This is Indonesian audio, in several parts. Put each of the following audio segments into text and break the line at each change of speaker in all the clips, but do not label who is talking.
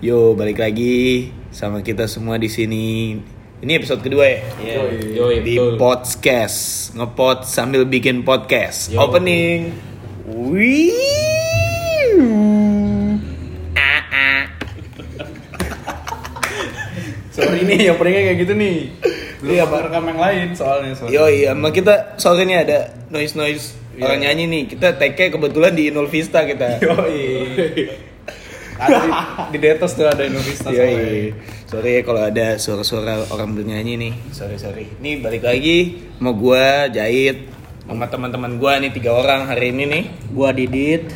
Yo, balik lagi sama kita semua di sini. Ini episode kedua ya
Yoi.
di podcast ngepod sambil bikin podcast.
Yo.
Opening. Wih. Ah, ah.
Sorry nih, openingnya kayak gitu nih. Belum
Iya,
iya, rekam yang lain soalnya. soalnya.
Yo, iya, sama kita sore ini ada noise noise
Iya.
orang nyanyi nih. Kita take kebetulan di Inul Vista kita.
Yoi. ada di, di Detos tuh ada Innovista
Iya, iya. Sorry ya kalau ada suara-suara orang bernyanyi nih. Sorry, sorry. Nih balik lagi mau gua jahit sama teman-teman gua nih tiga orang hari ini nih.
Gua Didit.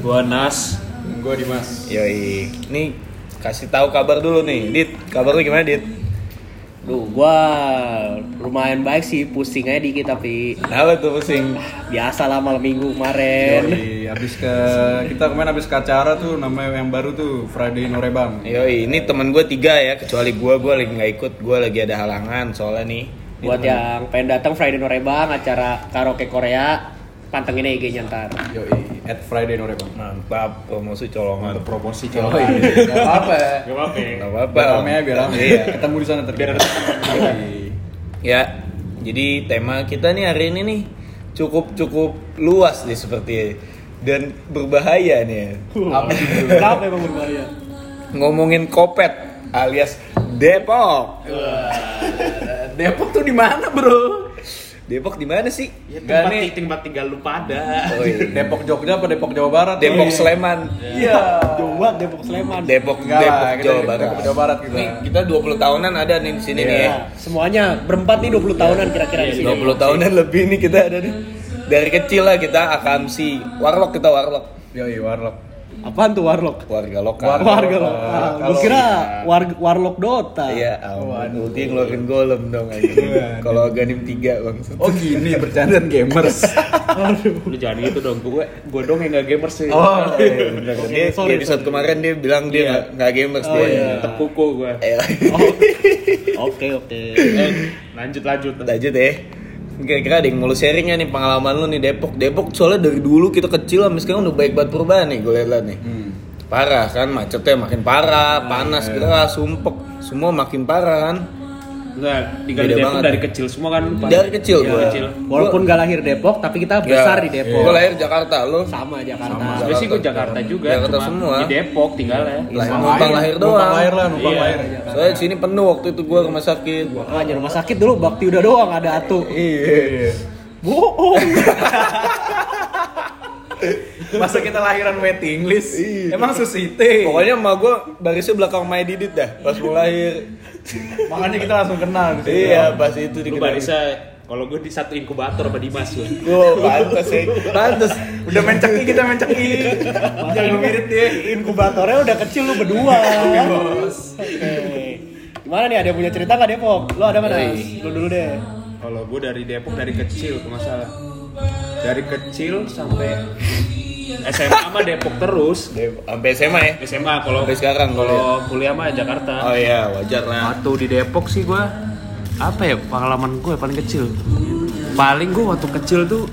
Gua Nas, gua Dimas.
Yoi. Nih kasih tahu kabar dulu nih. Dit, kabar lu gimana, Dit?
Duh, gua lumayan baik sih, pusing aja dikit tapi Ya.
Apa tuh pusing?
biasa lah malam minggu kemarin.
Yoi, abis ke kita kemarin abis ke acara tuh namanya yang baru tuh Friday Norebang.
Yoi, ini teman gua tiga ya, kecuali gua gua lagi nggak ikut, gua lagi ada halangan soalnya nih. Ini
Buat
temen-
yang pengen datang Friday Norebang acara karaoke Korea, pantengin aja IG-nya ntar.
Yoi, at Friday Norebang.
mantap promosi colongan.
Untuk promosi coy. Enggak apa-apa.
Nggak
Biar
apa-apa.
rame ya, biar rame.
Iya.
Ketemu di sana terus. Biar
Ya, jadi tema kita nih hari ini nih cukup cukup luas nih seperti ya, dan berbahaya nih. ya.
Apa itu?
Kenapa emang berbahaya?
Ngomongin kopet alias Depok.
Depok tuh di mana, Bro?
Depok di mana sih?
Ya,
Nggak,
tempat,
nih.
tempat tinggal lu pada.
Oh, iya.
Depok Jogja apa Depok Jawa Barat?
Depok
Iya.
Sleman.
Iya.
Jauh banget Depok Sleman.
Depok
Enggak
Depok
lah, kita
Jawa
di-
Barat.
Depok, Jawa Barat kita. Iya.
Nih, kita 20 tahunan ada nih di sini nih ya.
Nah, semuanya berempat nih 20 tahunan kira-kira di sini.
20 tahunan lebih nih kita ada nih. Dari kecil lah kita akamsi, warlock kita warlock,
Yoi, warlock.
Apaan tuh Warlock?
warga lokal.
Warlock.
Warga lo.
Warlock.
Ah, gua kira warg- Warlock Dota.
Iya, ampun. Ulti ngeluarin golem dong aja. Kalau ganim 3 bang.
Oh gini bercandaan gamers.
Lu jangan gitu dong, gue gue dong yang gak gamers sih.
Oh,
Dia di episode kemarin dia bilang dia nggak nggak gamers dia.
Tekuku gue.
Eh,
Oke, oke.
Eh, lanjut lanjut.
lanjut ya. Kira-kira ada yang mau lu sharing nggak nih pengalaman lu nih Depok. Depok soalnya dari dulu kita kecil sampai sekarang udah baik banget perubahan nih gue lihat nih. Parah kan macetnya makin parah, panas gerah, sumpek, semua makin parah kan.
Enggak, tinggal di
Beda
Depok
banget.
dari kecil semua kan. Pak.
Dari kecil
Iya,
gua.
kecil.
Walaupun gak lahir Depok, tapi kita besar di Depok.
Gue Ya. lahir Jakarta lo.
Iya. sama Jakarta.
Sama.
Tapi sih gue Jakarta juga,
Jakarta
cuma
semua.
di Depok tinggal ya.
Lahir numpang lahir doang.
Numpang lahir lah, numpang
Iya.
lahir.
Soalnya di sini penuh waktu itu gue rumah sakit.
Makanya rumah sakit dulu bakti udah doang ada atu.
Iya.
Bohong.
Masa kita lahiran waiting list? Emang
Eh,
susite.
Pokoknya emak gue barisnya belakang Maya Didit dah pas mau lahir.
Makanya kita langsung kenal gitu.
iya, pas itu
Lu barisa kalau gue di satu inkubator sama Dimas gue.
Gue pantas ya. Pantas.
Udah main ceki kita main ceki. Jangan mirip deh.
Inkubatornya udah kecil lu berdua. Oke. Gimana nih ada yang punya cerita nggak Depok? Lo ada mana? Lo dulu deh.
Kalau gue dari Depok dari kecil, gue masalah. Dari kecil sampai SMA mah Depok terus.
Sampai SMA ya.
SMA kalau
Sampai sekarang
kalau kuliah mah Jakarta.
Oh iya, wajar lah.
Waktu di Depok sih gua apa ya pengalaman gue paling kecil. Paling gue waktu kecil tuh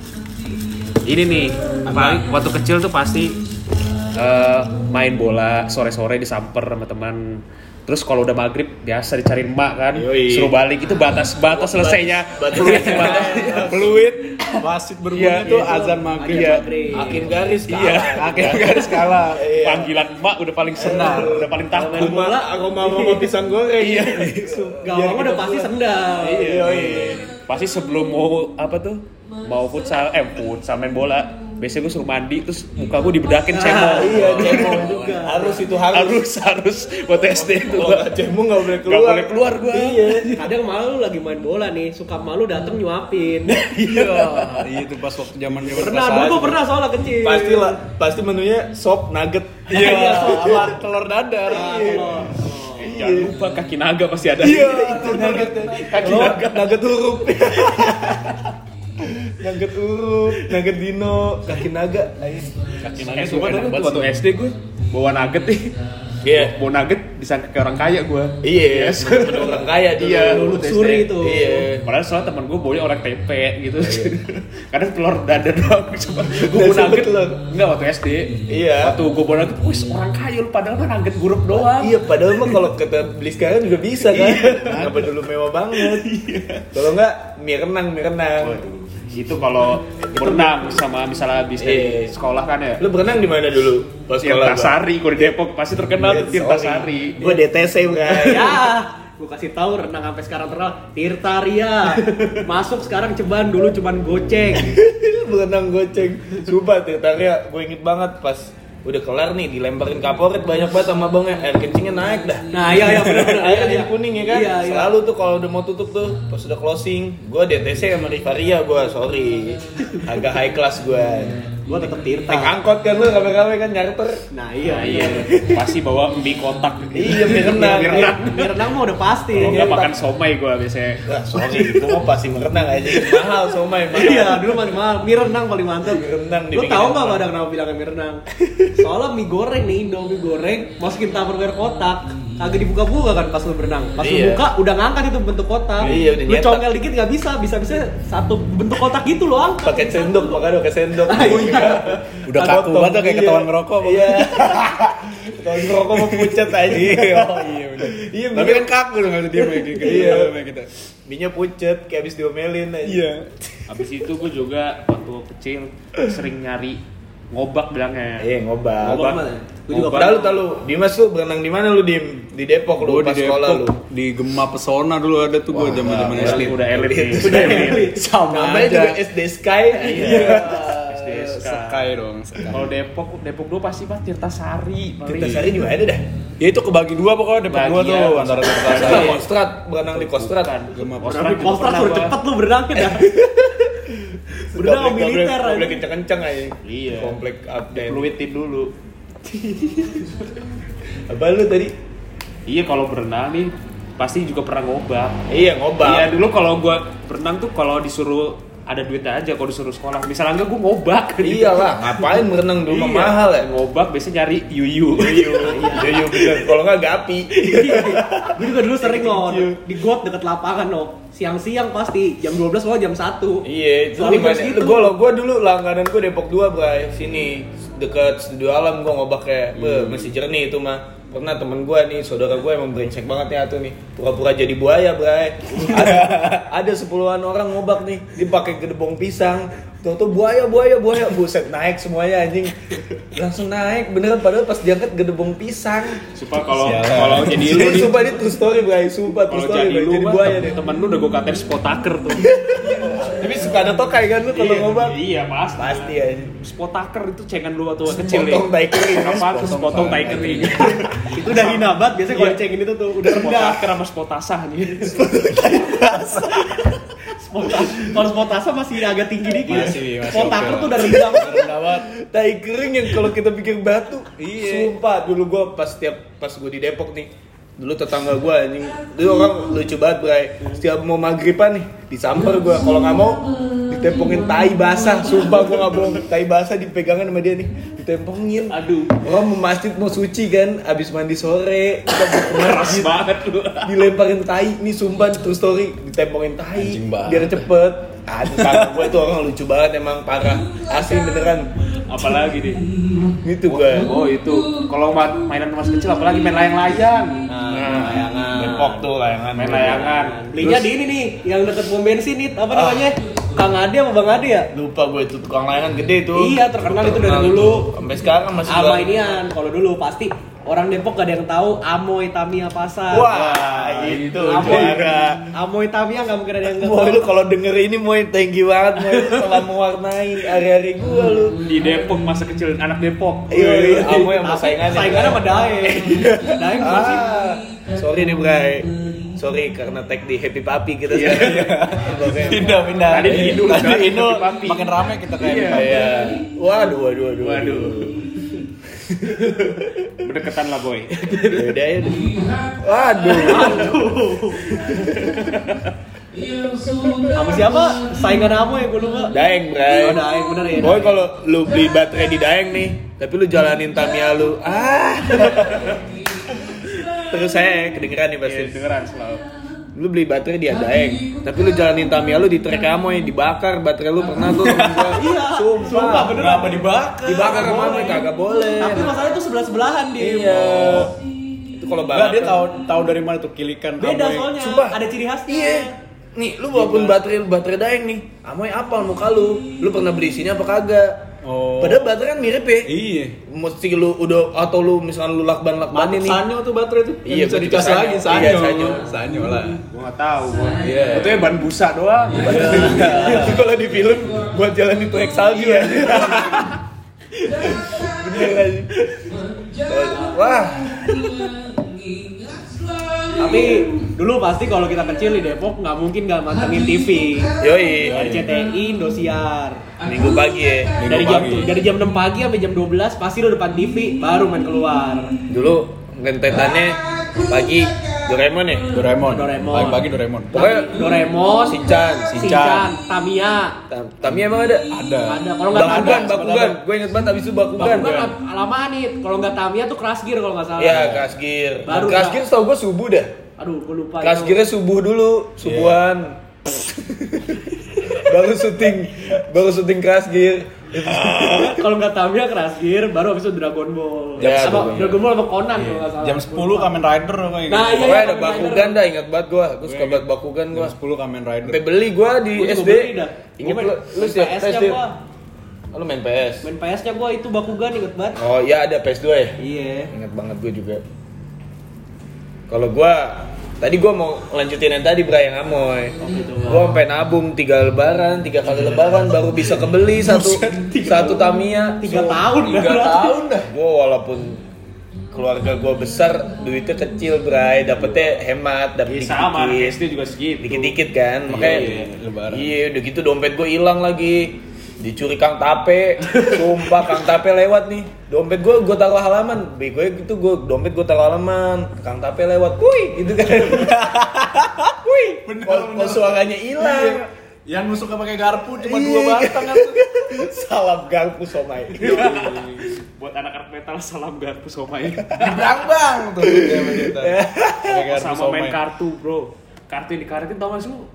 ini nih. Paling waktu kecil tuh pasti eh, main bola sore-sore disamper sama teman. Terus kalau udah maghrib biasa dicariin emak kan,
Yoi.
suruh balik itu batas-batas selesainya. Peluit, peluit,
Wasit
Iya,
berbunyi itu
iya.
azan maghrib.
Iya.
Hakim garis
Iya,
Akhirnya garis kalah.
panggilan emak udah paling senang, udah paling takut.
aku mau mau pisang goreng. Iya.
Gawang udah pasti sendal.
Iya, Pasti sebelum mau apa tuh? Mau futsal, eh futsal main bola. Biasanya gue suruh mandi terus muka gue dibedakin
Ah,
cebol.
Iya, cemong juga. Harus itu harus.
Harus harus waktu SD itu
Kalau
gue
nggak cemong nggak boleh
nggak
keluar.
boleh keluar gue.
Iya. Kadang malu lagi main bola nih, suka malu dateng nyuapin. Iya.
Iya. Iya itu pas waktu zaman zaman
pernah, dulu gua pernah soalnya kecil.
Pasti lah, pasti menunya sop nugget.
Iya,
Iya,
sama telur dadar.
Ah, telur.
Jangan lupa kaki naga pasti ada.
itu nugget. Kaki nugget, nugget huruf. nugget huruf, nugget dino, kaki naga.
Kaki naga itu enak banget. Waktu SD gue bawa nugget nih.
Iya.
Mau nugget disangka kayak orang kaya gue.
Iya, temen-temen orang kaya dulu.
Iya.
Dulu
SD.
suri itu.
Iya.
Padahal soalnya temen gue baunya orang TP gitu. Kadang telur dada doang. Cuma gue mau nugget loh. Enggak waktu SD.
Iya.
Waktu gue mau nugget, wis orang kaya lu padahal mah nugget gurup doang.
Iya, padahal mah kalau kita beli sekarang juga bisa kan. Kenapa dulu mewah banget? Kalau enggak mie renang, mie renang.
Waduh. Itu kalau berenang sama misalnya habis dari
Iya.
sekolah kan ya.
Lu berenang di mana dulu? Pas sekolah. Iya,
Tirtasari, gue di Depok pasti terkenal tuh Tirtasari.
Gue DTC, Bray.
ya gue kasih tahu renang sampai sekarang terkenal Tirtaria masuk sekarang ceban dulu cuman goceng
berenang goceng sumpah tuh Tarya gue inget banget pas udah kelar nih dilemparin kaporit banyak banget sama abangnya air kencingnya naik dah
nah iya iya benar benar
airnya jadi kuning ya kan
iya, iya.
selalu tuh kalau udah mau tutup tuh pas udah closing gue DTC sama Rivaria gue sorry agak high class gue
gue tetap Tirta
naik angkot kan lu rame-rame kan nyarter
nah iya
Nah,
iya
iya. Pasti bawa mie kotak.
iya mie renang Iya.
Mie renang.
Ini renang Eh, mah udah pasti
Oh,
Kalau nggak
Iya,
makan somai gue biasanya.
Wah, sorry gue mau pasti merenang aja mahal somai mahal
Iya, dulu paling mahal. Mie renang paling mantap.
Mie renang
Lu
dibikin
tahu
apa?
nggak pada kenapa bilangnya mie renang? Soalnya mie goreng nih, Indomie goreng, masukin tupperware kotak, kagak dibuka-buka kan pas lu berenang. Pas lu
Iya.
buka udah ngangkat itu bentuk kotak.
Iya, udah
lu
nyetak.
congkel dikit nggak bisa, bisa-bisa satu bentuk kotak gitu lu angkat.
pakai sendok makanya pakai sendok
Ah, iya.
Udah kaku
Potong,
banget kayak
iya.
ketahuan ngerokok.
iya ketahuan ngerokok mau pucat aja oh iya bener iya
Tapi kan kaku dong kalau dia kayak gitu.
Iya.
kayak gitu.
minyak pucet kayak abis diomelin aja
Iya.
Habis itu gue juga waktu kecil sering nyari ngobak bilangnya.
iya ngobak
Ngobak mana? Gua juga
tahu tahu Dimas lu berenang di mana lu Dim di Depok lu
Gue
pas
di
sekolah
Depok,
lu
di Gema Pesona dulu ada tuh gue zaman-zaman
Udah,
SD.
udah elit nih.
Udah elit.
Sama
Iya. namanya juga SD Sky
Iya. SDSK.
Sekai dong. Sekai.
Kalau Depok, Depok dua pasti pak Tirtasari. paling.
Tirtasari di mana dah
Ya itu kebagi dua pokoknya Depok
Bagi
dua
ya.
tuh antara Tirtasari.
Kostrat, Kostrat, berenang di Kostrat
Bukan.
Gema
Kostrat
Tapi
kan? juga
koster
pernah
suruh
gua.
cepet lu berenang ya. Berenang sama militer
aja
aja.
kenceng-kenceng aja
Iya.
Komplek update
Fluidin dulu.
Apa lu tadi?
Iya kalau berenang nih pasti juga pernah ngobak.
Iya ngobak
Iya dulu kalau gue berenang tuh kalau disuruh ada duitnya aja kalau disuruh sekolah. Misalnya enggak gue ngobak.
Iyalah, ngapain berenang di rumah
Iya.
mahal ya?
Ngobak biasanya nyari yuyu.
Yuyu, iya. yuyu bener. Kalau nggak gapi.
Gue juga dulu sering loh di got deket lapangan loh. Siang-siang pasti jam 12 lo jam 1.
Iya, itu
Selalu
di mana?
kayak
Itu
gitu.
gue lo, gue dulu langganan gue Depok 2 bray, sini dekat studio alam gue ngobak kayak, "Beh, masih jernih itu mah. Pernah temen gue nih, saudara gue emang brengsek banget ya tuh nih Pura-pura jadi buaya bray Ada, ada sepuluhan orang ngobak nih Dipakai gedebong pisang Tuh tuh buaya, buaya, buaya Buset naik semuanya anjing Langsung naik, beneran padahal pas diangkat gedebong pisang
Supaya kalau
Sialan.
kalau jadi lu nih
Sumpah ini true story bray, sumpah true
kalau
story
jadi
bray
lu
Jadi
mah,
buaya
tem-
deh
temen lu udah gue katain spotaker tuh.
Tapi suka ada tokai kan lu kalau
Iya,
ngobak
Iya, pasti.
Pasti ya. anjing
Spotaker itu cengan lu waktu
Sepotong
kecil
tai kering.
Apaan tuh sepotong tai kering?
Itu udah hina banget biasanya
Iya.
kalau ceng ini tuh tuh udah rendah.
Spotaker sama spotasah nih.
Spotas- Kalau spotasa masih agak tinggi dikit.
Masih, masih
Spotaker
oke lah.
tuh udah rendah.
tai kering yang kalau kita bikin batu.
Iya.
Sumpah dulu gua pas setiap pas gua di Depok nih. Dulu tetangga gua anjing, dulu orang lucu banget bray. Setiap mau maghriban nih, disamper gua kalau nggak mau ditempongin tai basah. Sumpah gua nggak bohong, tai basah dipegangin sama dia nih, ditempongin.
Aduh.
Orang mau masjid mau suci kan, abis mandi sore kita mau ke
Keras
masjid,
banget lu.
dilemparin tai nih sumpah true story ditempongin tai
Anjing banget.
biar cepet aduh kakak gue tuh orang lucu banget emang parah asli beneran
Apalagi nih.
gitu gue
Oh, itu. Kalau ma- mainan masih kecil apalagi main layang-layang.
Layangan.
Nah, Depok tuh layangan
Main layangan.
Belinya di ini nih, yang deket pom bensin nih, apa namanya? Kang Ade apa Bang Ade ya?
lupa gue itu tukang layangan gede tuh
Iya, terkenal itu dari dulu.
sampai sekarang masih
Ama
jualan.
inian, kalau dulu pasti orang Depok gak ada yang tahu Amoy Tamiya pasar.
wah itu
Amoy,
juara
Amoy Tamiya nggak mungkin ada yang nggak
Moy
tahu.
lu kalau denger ini Moy thank you banget Moy telah mewarnai hari-hari gue lu
Di Depok masa kecil anak Depok.
Iya, iya, Amoy sama saingannya
Saingannya sama Daeng. Daeng masih
Iya. Ah, sorry nih Bray. Sorry karena tag di Happy Papi kita
Iya,
sekarang. Oke.
Pindah, pindah.
Tadi di Indul,
Tadi
sekarang
Indul
di Papi.
makin rame kita kayak
Iya.
Iya. Waduh, waduh, waduh.
Waduh. Berdekatan lah, boy.
Beda ya. udah. Waduh.
Sama siapa? Saingan Amoy gue lupa.
Daeng, Bray.
Oh, Daeng bener ya.
Boy kalau lu beli baterai di Daeng nih, tapi lu jalanin Tamiya lu. Ah. terus saya kedengeran nih pasti.
Iya, dengeran selalu.
Lu beli baterai di Adaeng, tapi lu jalanin Tamiya lu di trek Amoy, dibakar baterai lu pernah tuh. Iya, sumpah.
bener apa dibakar?
Dibakar sama Amoy kagak boleh.
Tapi masalahnya itu sebelah sebelahan dia.
Iya. Itu kalau
Enggak dia
balapan.
tahu tahu dari mana tuh kilikan
Beda
Amoy.
soalnya.
Sumpah.
Ada ciri khasnya.
Iya. Nih, lu walaupun baterai baterai daeng nih, amoy apal muka lu. Lu pernah beli sini apa kagak?
Oh.
Padahal baterai kan mirip ya.
Iya.
Mesti lu udah atau lu misalnya lu lakban lakban ini.
Sanyo tuh baterai tuh.
Iya, gua
bisa
juga
dicas
Sanyo.
lagi Sanyo.
Iya, Sanyo.
Sanyo lah.
Gua nggak tahu gua.
Iya.
Itu ya ban busa doang.
Itu kalau di film buat jalan itu salju ya. Bener lagi. Wah.
Tapi dulu pasti kalau kita kecil di Depok nggak mungkin nggak mantengin TV.
Iya, Yoi.
Dari CTI, Indosiar.
Minggu pagi ya.
Dari jam dari jam 6 pagi sampai jam 12 pasti lo depan TV baru main keluar.
Dulu rentetannya pagi Doraemon ya.
Doraemon.
Doraemon.
Pagi-pagi Doraemon.
Pokoknya
Doraemon,
Shinchan,
Shinchan.
Shinchan, Tamiya.
Tam- Tamiya emang ada?
Ada.
Ada Nah, kalau nggak
Bakugan,
Tamiya.
Bakugan. Gue inget banget abis itu Bakugan.
Bakugan lam- lama nih. Kalau nggak Tamiya tuh Krasgear kalau nggak salah.
Iya, Kasgir.
Baru ya. Iya.
Kasgir tau gue subuh dah.
Aduh, gue lupa. itu.
Kasgirnya subuh dulu, subuhan. baru syuting, baru syuting Kasgir.
Iya, Kalau nggak Tamiya Krasgear, baru abis itu Dragon Ball.
Iya,
Sama
Dragon Ball. Iya.
Dragon Ball sama Conan kalau nggak salah.
Jam 10 Kamen Rider apa ya?
Nah, iya.
Pokoknya ada
Kamen
Bakugan dah, ingat banget gue. Gue suka banget Bakugan gue.
Jam 10 Kamen Rider.
Sampai beli gue di
Gua juga
SD.
beli dah.
Ingat
Gua
lu,
main-
lu
main
siap
PS-nya
SD.
gua.
Oh, Lu main PS.
Main PS-nya gua itu Bakugan inget banget.
Oh iya ada PS2 ya.
Iya.
Ingat banget gue juga. Kalau gue tadi gue mau lanjutin yang tadi Bray yang Amoy. Gue sampai nabung tiga lebaran, tiga kali lebaran baru bisa kebeli satu satu Tamiya.
Tiga tahun dah.
Tiga tahun dah. Gue walaupun keluarga gue besar, duitnya kecil Bray, dapetnya hemat, dapet
Iya, sama anak
dikit-dikit.
SD juga segitu.
Dikit-dikit kan, makanya
iya, lebaran.
Iya, udah gitu dompet gue hilang lagi. Dicuri Kang Tape, sumpah Kang Tape lewat nih. Dompet gue gue taruh halaman. Bego gitu gue dompet gue taruh halaman. Kang Tape lewat, kuy gitu kan. kuy. Kok kok suaranya
Iya.
hilang.
Nah, Yang nusuknya pakai garpu cuma
Iya.
dua batang kan.
Salam garpu somai.
Buat anak anak metal salam garpu somai.
Bang tuh. dia sama kita. Pakai garpu
Sama main
somai.
kartu, Bro. Kartu yang dikaretin tau gak sih lu?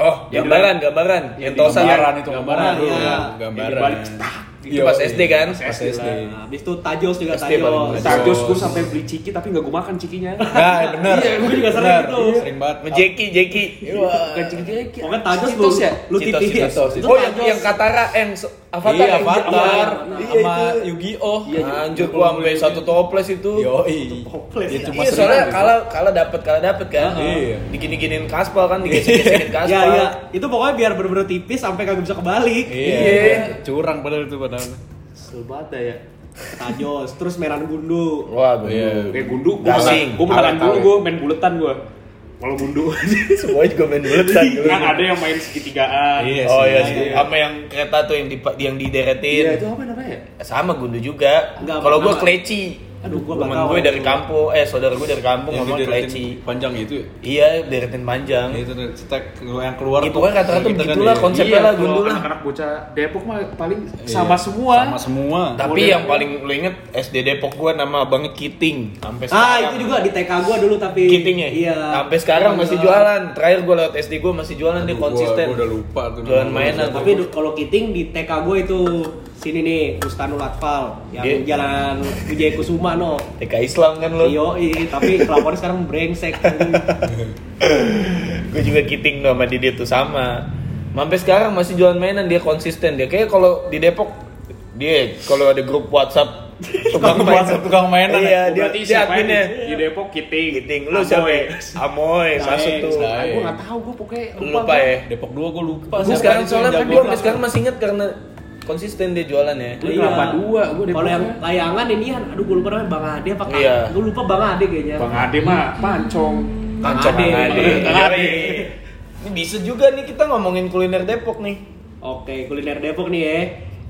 Oh, gambaran, gambaran. Yang tosan
iya. Gambaran itu
Gambaran,
Aduh,
iya.
Gambaran.
Yang dibalik, tak,
Itu pas SD kan?
Pas SD.
Nah, abis itu Tajos juga
SD paling
Tajos.
banyak.
Tajos gue sampai beli ciki tapi nggak gue makan cikinya.
Nah, bener.
Iya, gua juga sering
Bener.
gitu.
Sering banget.
Jeki, Jeki.
Iya.
Bukan ciki-ciki.
Pokoknya Tajos lu
Citos ya?
lu
Citos,
titip.
Citos, Citos. Oh, yang, yang Katara, yang se- Avatar.
Iya,
yang-
Avatar
Iya,
sama
itu.
Yu-Gi-Oh.
Anjir gua sampai satu toples itu.
Yoi.
Toples,
Ya
ya.
cuma
Iya
sering
soalnya
gitu.
kalau kalau dapat kalau dapat kan.
Iya.
Digini-giniin kaspal kan, digesek-gesekin kaspal.
Ya, ya. Itu pokoknya biar bener-bener tipis sampai kagak bisa kebalik.
Iya.
Iya. Curang padahal itu padahal.
Kesel banget dah ya.
Tajos, terus Meran Gundu.
Wah,
Iya.
gue
Kayak gundu, gue
Gasing.
menang, gue menangan
Awet-awet.
dulu, gue main buletan gue. Kalau gundu,
semua juga main buletan dulu.
kan ada yang main segitigaan.
Iya
Oh iya,
sih.
sih. sama yang kereta tuh yang di yang
Iya,
dideretin.
itu apa namanya?
Sama gundu juga.
Enggak,
Kalau gue
nama-
kleci.
Aduh, gua
Temen
bakal-
gue dari kampung, eh saudara gue dari kampung
Yang
ngomong
dideretin
kleci.
Panjang itu. ya?
Iya, deretin panjang.
Ya, Itu dari cetek yang keluar
Iya, pokoknya rata-rata
kita kan
begitulah
di-
konsep. Konsepnya lah,
kalau
gundu lah.
Anak-anak bocah Depok mah paling
Iya.
sama semua.
Sama semua.
Tapi yang paling lu inget SD Depok gue nama abangnya Kiting sampai
Ah,
sekarang.
itu juga di TK gua dulu tapi
Kitingnya.
Iya.
Sampai sekarang masih jualan. Terakhir gue lewat SD gue masih jualan dia
Gua-
konsisten.
Gua udah lupa tuh.
Jualan
nama.
mainan.
Tapi du- kalau Kiting di TK gua itu sini nih Bustanul Atfal yang
Iya.
jalan Wijaya Kusuma no.
TK Islam kan lo?
Yo, tapi kelakuannya sekarang brengsek.
Iya. gue juga kiting tuh sama dia tuh sama. Sampai sekarang masih jualan mainan dia konsisten dia. Kayak kalau di Depok dia kalau ada grup WhatsApp tukang
Tukang
mainan,
WhatsApp, tukang mainan
Iya,
Oh,
dia
berarti
dia
siapa ini?
adminnya.
Di Depok Kiting.
Kiting lu siapa? ya? Amoy, Sasut tuh.
Kan
Sae.
Gue nggak tahu, gue pokoknya
Lu Lupa ya.
Eh, Depok 2 gua lupa.
Gue
siapa
sekarang
itu yang
soalnya kan
jago.
gue sampai sekarang masih inget karena konsisten dia jualan ya.
Lu kenapa dua? Gua
Iya. Kalau
Depoknya.
yang layangan ini kan, aduh gue lupa namanya Bang Ade apa Kang-
Iya.
Gua lupa Bang Ade kayaknya.
Bang Ade mah pancong.
Kancok
Ade.
Ade.
Kang Ade.
Ini bisa juga nih kita ngomongin kuliner Depok nih.
Oke, kuliner Depok nih ya.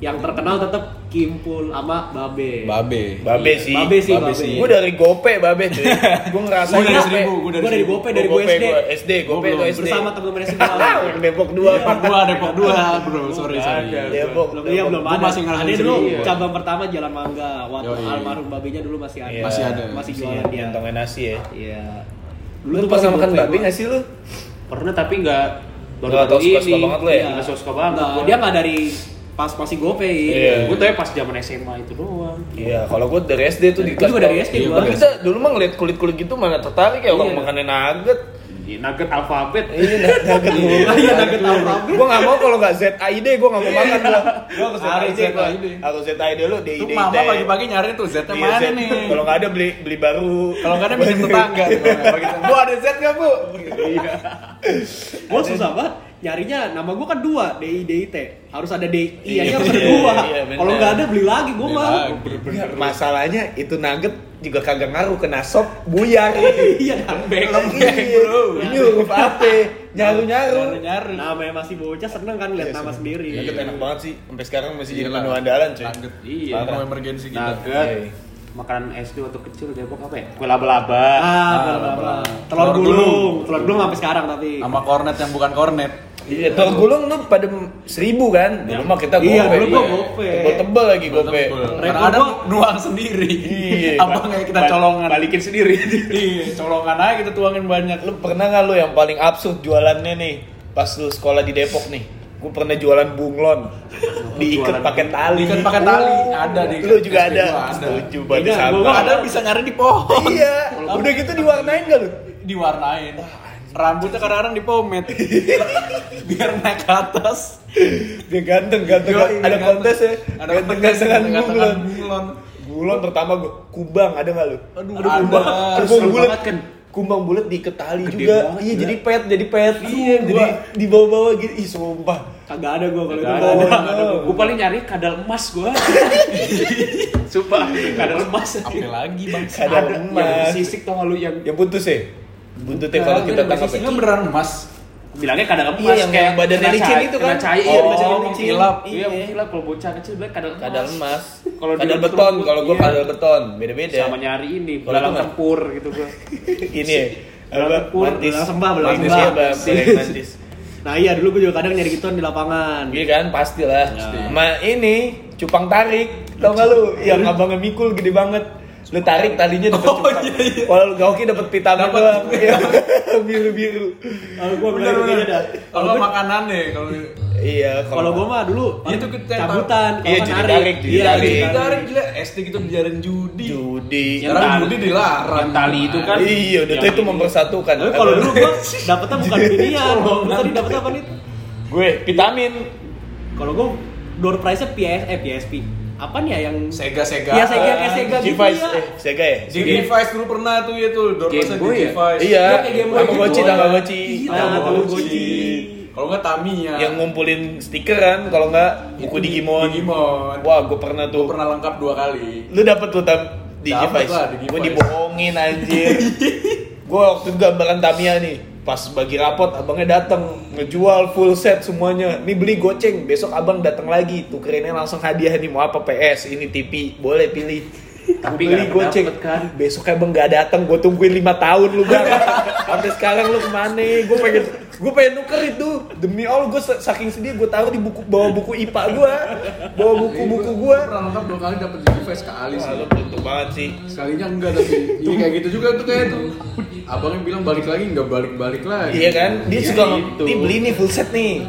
yang terkenal tetap Kimpul sama Babe.
Babe.
Babe sih.
Babe
Eh,
sih,
Babe
Babe.
sih.
Gue dari gope babe cuy. Gue ngerasa
Gua dari
gope.
seribu, gua dari
Gue dari
seribu.
Gope, dari
Gua
gue SD.
gua SD, gope itu SD.
Bersama teman-teman SD. lain.
yang Depok 2
Depok dua, Depok dua, bro. Sorry, sorry.
Depok.
belum iya belum
Gua
ada.
masih ngerasain
ada dulu
sendiri, iya.
cabang pertama Jalan Mangga. Waktu
Yoi.
almarhum babenya dulu masih ada.
Iya.
Masih ada.
Masih jualan
Jualan
dia.
Nyantongin nasi ya.
Iya.
Lu tuh pas makan babi nggak sih lu?
Pernah tapi nggak
Nggak
baru-baru
tahu
ini.
suka-suka banget lu ya?
Nggak suka-suka banget.
Nah,
gua.
dia nggak dari pas masih gope.
Iya.
Gue tau ya pas zaman SMA itu doang.
Iya, kalau gue dari SD tuh di
Gua juga dari SD
Iya,
gua.
Tapi kita dulu mah ngeliat kulit-kulit gitu mana tertarik ya orang
Iya.
makanin nugget.
Di nugget alfabet.
Iya, nugget.
Iya, nugget alfabet.
Gue nggak mau kalau nggak ZAID, gue nggak mau makan gua. Gue harus
Harus
ZAID, gua.
ZAID.
harus ZAID lu, DID.
Itu mama pagi-pagi nyari tuh Z-nya
Iya,
mana
Z.
nih?
Kalau nggak ada beli beli baru.
Kalau nggak ada minjem tetangga.
Bu ada Z nggak bu?
Gue susah banget. Nyarinya nama gue kan dua, DI DIT. Harus ada DI, aja harus ada
Iya,
dua.
iya, bener.
kan Kalau nggak ada beli lagi gue mau.
Masalahnya itu nugget juga kagak ngaruh kena sop buyar. Iya,
Iya,
Kan
Lembek bro. Ini huruf apa? Nyaru nyaru.
nyaru. Namanya masih bocah seneng kan
Iya,
lihat nama sendiri.
Nugget enak banget sih. Sampai sekarang masih jadi
Gila.
Iya, menu andalan cuy.
Iya. Nugget.
Iya.
Parah. Mau emergensi gitu. Iya. kita.
Nugget. Makanan SD waktu kecil Depok apa ya? Kue laba-laba.
Ah, bla bla bla. Telur
Telur
gulung,
gulung.
telur gulung sampai sekarang tapi.
Sama kornet yang bukan kornet.
Iya, telur gulung lu pada seribu kan?
Ya.
Dulu mah kita
Iya,
gope.
dulu gua gope.
Tebel-tebel lagi gope.
Karena ada nuang sendiri.
Iya.
Abangnya kita colongan.
Balikin sendiri.
Iya, colongan aja kita tuangin banyak.
Lu pernah nggak lu yang paling absurd jualannya nih? Pas lu sekolah di Depok nih. Gue pernah jualan bunglon. Diikat pakai tali. Oh,
Diikat pakai tali. Ada di
Lu juga
SD
ada.
gua ada.
Setuju banget
Iya,
sama.
gua
Gua ada bisa nyari di pohon.
Iya. Udah gitu diwarnain gak lu?
diwarnain rambutnya kadang-kadang dipomet biar naik ke atas
Dia ganteng, ganteng.
Yoi,
ada
ganteng.
kontes ya.
Ada
Ganteng,
kontes,
gantengan
ganteng-gantengan
bunglon.
bunglon.
Bunglon pertama gue kubang ada nggak lu?
Aduh,
Ada
ada.
kumbang.
Terus
Kumbang
lu
bulat
banget kan?
Kumbang bulat diikat tali juga. iya jadi pet, jadi pet. Iya,
gua-
jadi di bawah-bawah gitu. Ih, sumpah.
Kagak ada gue kalau itu.
Gak
Oh, no.
ada, gak ada. Gue paling nyari kadal emas gue. Sumpah, kadal emas.
apa lagi bang
Ada emas.
Yang sisik tau gak lu yang
Yang putus ya? Buntutnya kalau kita tangkap ya.
ini beneran emas
bilangnya kadal emas
Iya, yang badannya
kena
licin
cahaya-
itu kan?
Kena cahaya,
Oh,
badannya
yang
licin.
mengkilap.
Iya, mengkilap. Kalau bocah kecil bilang kadal emas.
Kadal emas.
Kalau
kadal
di
beton,
rumput,
kalau gua
iya.
kadal beton. Beda-beda.
Sama nyari ini,
Kalau
belalang
itu mah-
tempur gitu gue.
Ini ya.
Belalang tempur, belalang sembah, belalang
mantis
sembah.
ya, Bang. Belalang mantis.
Nah iya dulu gue juga kadang nyari gituan di lapangan.
Iya kan, pastilah.
Ya.
Ma ini cupang tarik, tau gak lu?
Iya.
Yang abangnya mikul gede banget. Lu tarik talinya
Oh,
dapet cupang.
iya,
Kalau lu gauki dapet vitamin doang. Iya. Biru-biru.
Kalau gue Oh, bener bener dah.
kalau makanan deh kalau
Iya,
Kalau gue mah dulu
Iya,
itu
tuh kita-
cabutan, kalau
Iya,
kan
jadi
narik.
tarik, jadi
Iya,
tarik.
jadi
Jadi
tarik.
tarik gila SD gitu diajarin judi
judi.
Yang
sekarang
tali.
judi dilarang
Yang tali itu kan.
Iya, udah tuh
Yang
itu
ini.
mempersatukan.
Tapi kalau dulu gue dapetnya bukan binian, Gua tadi dapetnya apa nih?
gue vitamin.
Kalau gue door prize-nya PS, eh PSP. Apa nih ya yang
sega sega
Iya, Sega, kayak Sega gitu
Device,
ya.
eh, Sega ya?
device dulu pernah tuh ya tuh door
Game
masa
Boy ya?
device
Iya,
Iya, kayak Game Boy
sama
gitu.
goci, sama goci.
Iya,
Tamagotchi.
Tamagotchi.
kalau nggak ya. Tamiya
Yang ngumpulin stiker kan, kalau nggak buku Digimon.
Digimon
Wah, gue pernah tuh.
pernah lengkap dua kali
Lu dapet tuh tam
Dapet
Digivice.
lah, Digivice.
Gue dibohongin anjir. gue waktu itu gambaran Tamiya nih. Pas bagi rapot abangnya datang ngejual full set semuanya. Nih beli goceng, besok abang datang lagi. Tukerinnya langsung hadiah nih mau apa PS, ini TV, boleh pilih.
Tapi
Tapi beli
nggak
goceng
dapet kan.
Besok emang nggak datang, gue tungguin lima tahun lu bang. Sampai sekarang lu kemana? Gue pengen, gue pengen nuker itu. Demi all gue saking sedih gue taruh di buku bawa buku IPA gue, bawa buku-buku gue.
pernah lengkap dua kali dapet device sekali
Wah,
sih
lu beruntung banget sih.
sekalinya enggak tapi iya kayak gitu juga tuh kayak tuh abangnya bilang balik lagi nggak balik balik lagi
Iya kan? Dia
Iya,
suka
gitu.
nih beli nih full set nih.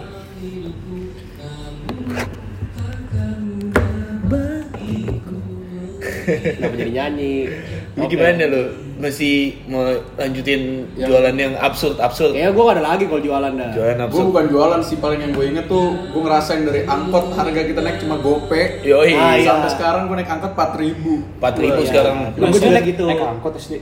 Kenapa jadi nyanyi?
Lu gimana lu? Masih mau lanjutin
Ya.
jualan yang absurd absurd?
Kayaknya gue gak ada lagi kalau jualan dah.
Jualan
gue
absurd.
bukan jualan sih paling yang gue inget tuh gue ngerasain dari angkot harga kita naik cuma gope
Yoi.
Ah, iya.
sampai sekarang gue naik angkot 4000 ribu
4000 sekarang.
Gue Iya. juga
Gua
gitu.
Naik angkot SD.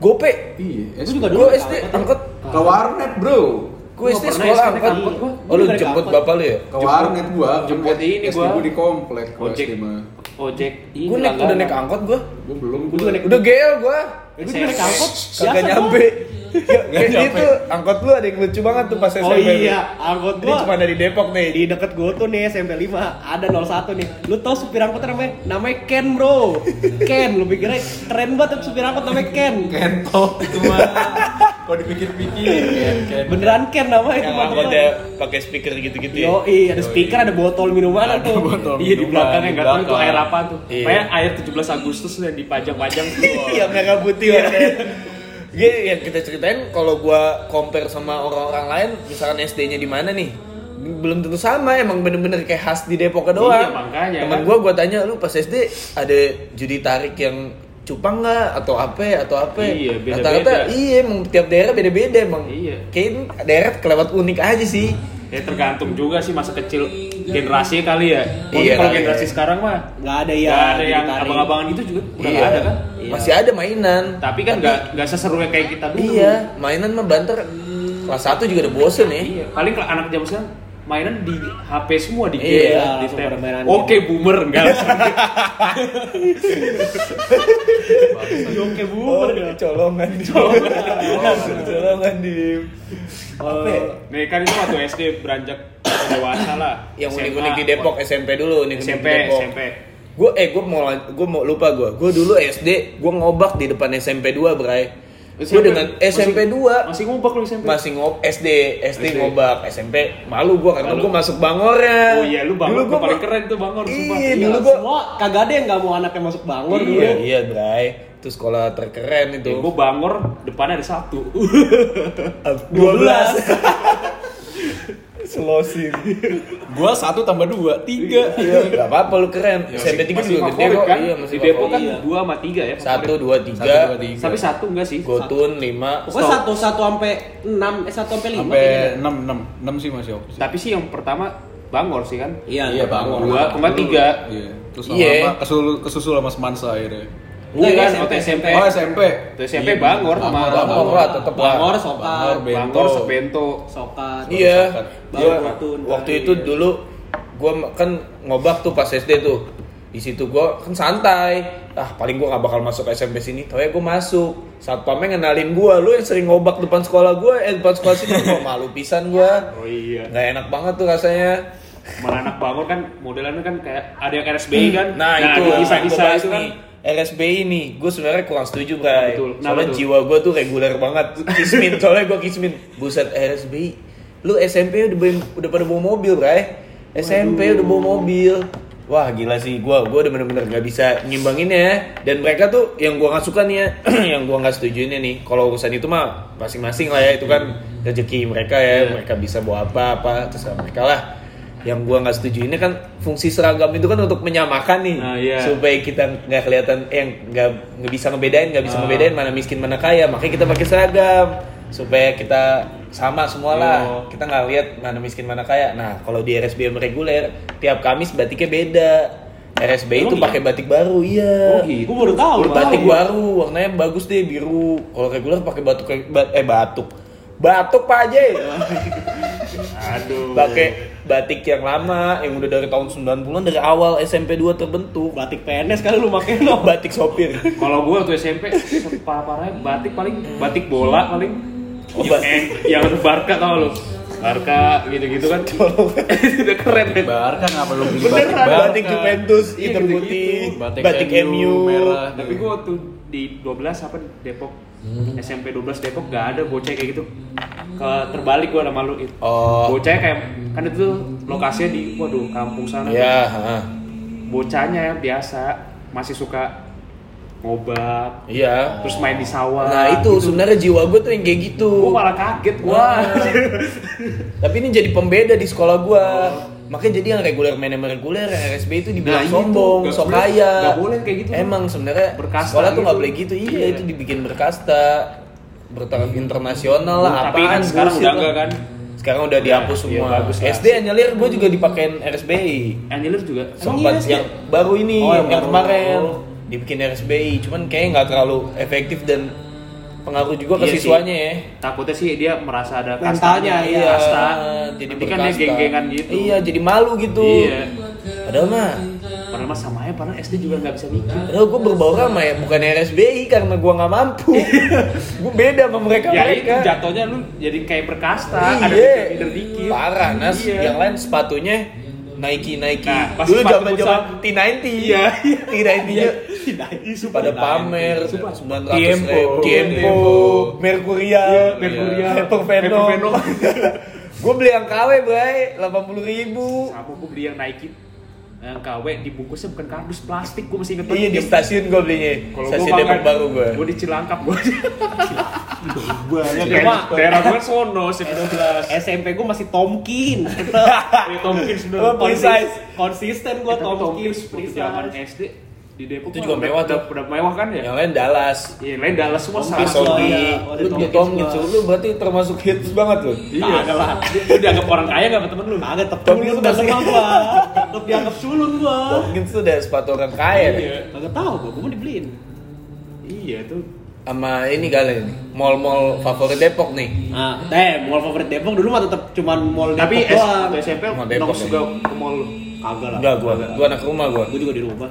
Gope.
iya
Gua juga
Gue
dulu naik
SD
angkot.
angkot.
ke warnet bro
Gue
Gua
SD
pernah
sekolah
SD
angkot.
naik angkot gua.
Oh lu
Gua naik
jemput
angkot.
bapak lu ya?
ke warnet gua
jemput ini gua.
gue di komplek gua
Ojek.
SD mah
Oh,
Ojek.
Iya,
Ini
Gue
kan.
naik udah
langganan.
naik angkot gue.
gue belum
Gua juga naik
Udah GL gue.
Gue juga naik angkot.
Kagak
biasa
nyampe.
gua.
Nggak itu angkot lu ada yang lucu banget tuh pas SMP.
Oh iya, angkot
Ini
gua
cuma dari Depok nih.
di deket gua tuh nih SMP 5 ada 01 nih. Lu tau supir angkot namanya? Namanya Ken, Bro. Ken, lu pikirnya keren banget tuh supir angkot namanya Ken.
Kentok itu mah. Kalau dipikir-pikir Ken, Ken.
Beneran Ken namanya.
Yang
teman-teman.
angkotnya pakai speaker gitu-gitu ya.
Yo, iya ada speaker, ada botol minuman tuh.
Iya di
di
belakangnya nggak tahu itu
belakang.
air apa tuh.
Iya.
Kayak air 17 Agustus yang dipajang-pajang.
Iya merah putih warnanya. Gue yang kita ceritain kalau gua compare sama orang-orang lain, misalkan SD-nya di mana nih? Belum tentu sama, emang bener-bener kayak khas di Depok doang.
Iya, makanya,
Temen
kan.
gua gua tanya lu pas SD ada judi tarik yang cupang nggak atau apa atau apa
Iya, beda-beda.
Rata-rata, iya emang tiap daerah beda-beda emang
Iya.
kayak daerah kelewat unik aja sih
ya tergantung juga sih masa kecil generasi kali ya. Kalau
Iya,
kalau
kali
generasi
ya.
sekarang mah
Enggak ada ya.
ya ada yang
ditarik. Iya.
abang-abangan itu juga udah nggak ada kan.
masih ada mainan
Tapi kan nggak nggak seseru kayak kita dulu.
iya mainan mah banter kelas 1 juga udah bosen ya
Iya, paling kalau anak jam sekarang mainan di HP semua di
Iya,
game, di
langsung
tab.
pada mainan game.
Oke, boomer enggak.
Oke, boomer.
Oh, colongan di colongan di apa ya?
Nih kan itu waktu SD beranjak dewasa lah.
yang
SMA,
unik-unik di Depok SMP dulu unik
SMP, SMP.
gue eh gue mau gue mau lupa gue gue dulu SD gue ngobak di depan SMP 2 bray gue
SMP,
dengan SMP 2
Masih ngubak lu SMP.
masih ngob SD SD
SD.
ngobak SMP malu gue karena
Malu.
gue masuk bangor ya
Oh iya, lu Bangor,
Dulu gua
lu paling
ma-
keren tuh Bangor, sumpah.
iya
Iya,
dulu gue
semua kagak ada yang nggak mau anaknya masuk bangor dulu.
iya iya bray itu sekolah terkeren
Ya,
itu
gua Bangor depannya ada satu.
12 Selosin
Gua satu tambah dua, tiga.
Iya, gak apa-apa lu keren. SMP 3 juga gede
favorit
kok.
kan?
Iya,
di
masih
Depok kan
favorit.
dua sama tiga ya.
satu
favorit.
dua
Satu,
tiga,
dua, tiga.
Tapi satu enggak sih?
gotun lima.
Pokoknya satu satu sampai enam, eh satu sampai lima.
Sampai enam, enam, enam sih masih oke. sih.
Tapi sih yang pertama Bangor sih kan.
Iya,
Iya, Bangor.
Dua sama tiga.
Iya. Terus
Iya.
lama-lama kesul- kesusul sama Semansa akhirnya.
Enggak kan,
Iya SMP.
waktu SMP.
Oh SMP.
Waktu SMP
Iya.
Bangor sama
Bangor lah tetep lah.
Bangor, sokat,
Bangor, Bento.
Bangor sebento.
sokat.
Iya.
Baru
Gua-
Gotun,
Waktu
tadi,
itu
iya.
dulu gua ma- kan ngobak tuh pas SD tuh. Di situ gua kan santai. Ah, paling gua gak bakal masuk SMP sini. Tau ya gua masuk. Satpamnya ngenalin gua, lu yang sering ngobak depan sekolah gua, eh depan sekolah sini gua malu pisan gua.
Oh iya.
Gak enak banget tuh rasanya.
Mana anak Bangor kan modelannya kan kayak ada yang RSBI kan.
Nah, itu
di
bisa bisa
kisah-kisah itu kan. Nah,
RSBI ini, gue sebenarnya kurang setuju bray.
Betul. Kenapa
Soalnya
tuh?
jiwa gue tuh reguler banget. Kismin, soalnya gue kismin. Buset RSBI, lu SMP udah bawa- udah pada bawa mobil eh? bray. SMP udah bawa mobil. Wah gila sih, gue gua udah bener-bener gak bisa ngimbangin ya. Dan mereka tuh yang gue gak suka nih ya, yang gue gak setujuinnya nih. Kalau urusan itu mah masing-masing lah ya, itu kan
Hmm.
rezeki mereka ya.
Iya.
Mereka bisa bawa apa-apa, terserah mereka lah. Yang gue gak setuju ini kan fungsi seragam itu kan untuk menyamakan nih
Nah, iya.
supaya kita nggak kelihatan eh nggak nggak bisa ngebedain nggak bisa
Ah.
ngebedain mana miskin mana kaya makanya kita pakai seragam supaya kita sama semua lah
Yo.
kita nggak lihat mana miskin mana kaya nah kalau di RSBM reguler tiap Kamis batiknya beda RSBI itu
Emang iya?
pakai batik baru iya
Oh gitu.
Gue baru tahu. Bang.
batik baru warnanya bagus deh biru kalau reguler pakai batuk ba- eh batuk batuk pak aja
Aduh.
pakai batik yang lama yang udah dari tahun 90-an dari awal SMP 2 terbentuk
Batik PNS kali lu pakai lo.
batik sopir
Kalau gue waktu SMP, separah-parahnya batik paling batik bola paling.
Oh,
yang,
batik.
yang ada Barca tau lu. Barca gitu-gitu kan. Udah keren kan.
Bar kan apa lu beli
Beneran
batik
batik,
bar?
Juventus
Iya,
hitam
gitu-gitu.
putih, batik,
Batik
MU,
MU, merah.
Tapi gue waktu di 12 apa Depok
Hmm.
SMP 12 Depok gak ada bocah kayak gitu ke terbalik gue sama lu itu
Oh.
bocah kayak kan itu tuh lokasinya di waduh kampung sana
Ya, ha.
bocahnya yang biasa masih suka ngobak
iya.
terus main di sawah
Nah itu
gitu.
sebenarnya jiwa gue tuh yang kayak gitu.
gue malah kaget gue
Tapi ini jadi pembeda di sekolah gue. Makanya jadi yang reguler main sama reguler, yang RSB itu dibilang
Nah, itu.
sombong,
Nggak
sok
boleh-
kaya.
nggak boleh kayak gitu.
Emang sebenarnya
Berkasta
sekolah tuh nggak
gitu.
boleh gitu. Iya,
Iya.
itu dibikin berkasta, bertaraf internasional lah.
tapi
apaan
kan sekarang
bullshit
udah
lah.
enggak kan
Sekarang udah dihapus
Iya,
semua.
bagus lah.
SD yang nyelir gue juga dipakein RSBI.
Anjelir juga iya
sempat yang baru ini
Oh,
yang,
yang baru.
kemarin dibikin RSBI cuman kayaknya nggak terlalu efektif dan pengaruh juga ke
Iya sih.
siswanya ya
takutnya sih dia merasa ada
Mentalnya,
kastanya,
iya.
kasta
jadi
jadi kan dia
berkasta.
geng-gengan gitu
iya jadi malu Iya, gitu
Iya.
padahal mah
Padahal mah sama aja padahal SD juga nggak bisa mikir
Lo gue berbau sama ya, bukan RSBI karena gue nggak mampu. gue beda sama mereka
Iya. ya itu
Iya, mereka.
jatuhnya lu jadi kayak perkasta ada
Iya.
pinter-pinter dikit
Parah, nas.
Iya.
Yang lain sepatunya Nike Nike.
Nah, pas
Dulu
sepatu
zaman zaman T90.
Iya.
T90 nya pada pamer. Sembilan ratus ribu. Tiempo.
Iya,
Mercurial.
Mercurial.
Paper Venom.
Paper Venom.
gue beli yang KW, bray. Delapan puluh ribu.
sama gue beli yang Nike Eh, yang KW dibungkusnya bukan kardus plastik gue masih inget
Iya di stasiun gue belinya. Stasiun Depok Baru gue.
Gue di Cilangkap gue. Gue
Iya.
daerah gue sono sih 12.
SMP gue masih Tomkin tetep.
Di Tomkins dulu.
Lo Oh, precise.
konsisten gue
Gua
Tomkin
Tomkins waktu zaman SD di Depok.
Itu
kan
juga
udah-
mewah tuh.
Udah, udah mewah kan ya?
Yang lain Dallas.
Iya, lain Dallas semua
Tomkins,
sama.
Sony.
iya. Oh, ada
Lu punya
Tomkins,
Tomkins,
gua.
lu berarti termasuk hits banget lu.
Iya, adalah. Lu dianggap orang kaya gak sama temen lu?
Agak tetep culun gak sama gue Tetep dianggap culun gue
Tomkins tuh dari sepatu orang kaya deh.
Kagak tau gue, gue mau dibeliin
Iya tuh.
sama ini kali ini mall-mall favorit Depok nih
Nah, eh, mall favorit Depok dulu mah tetep cuman mall Depok
Tapi S-
doang
waktu SMP
Mau Depok
nongkrong
ya?
juga ke mall lu.
Kagak lah
enggak gua gua anak rumah gua
Gue juga di rumah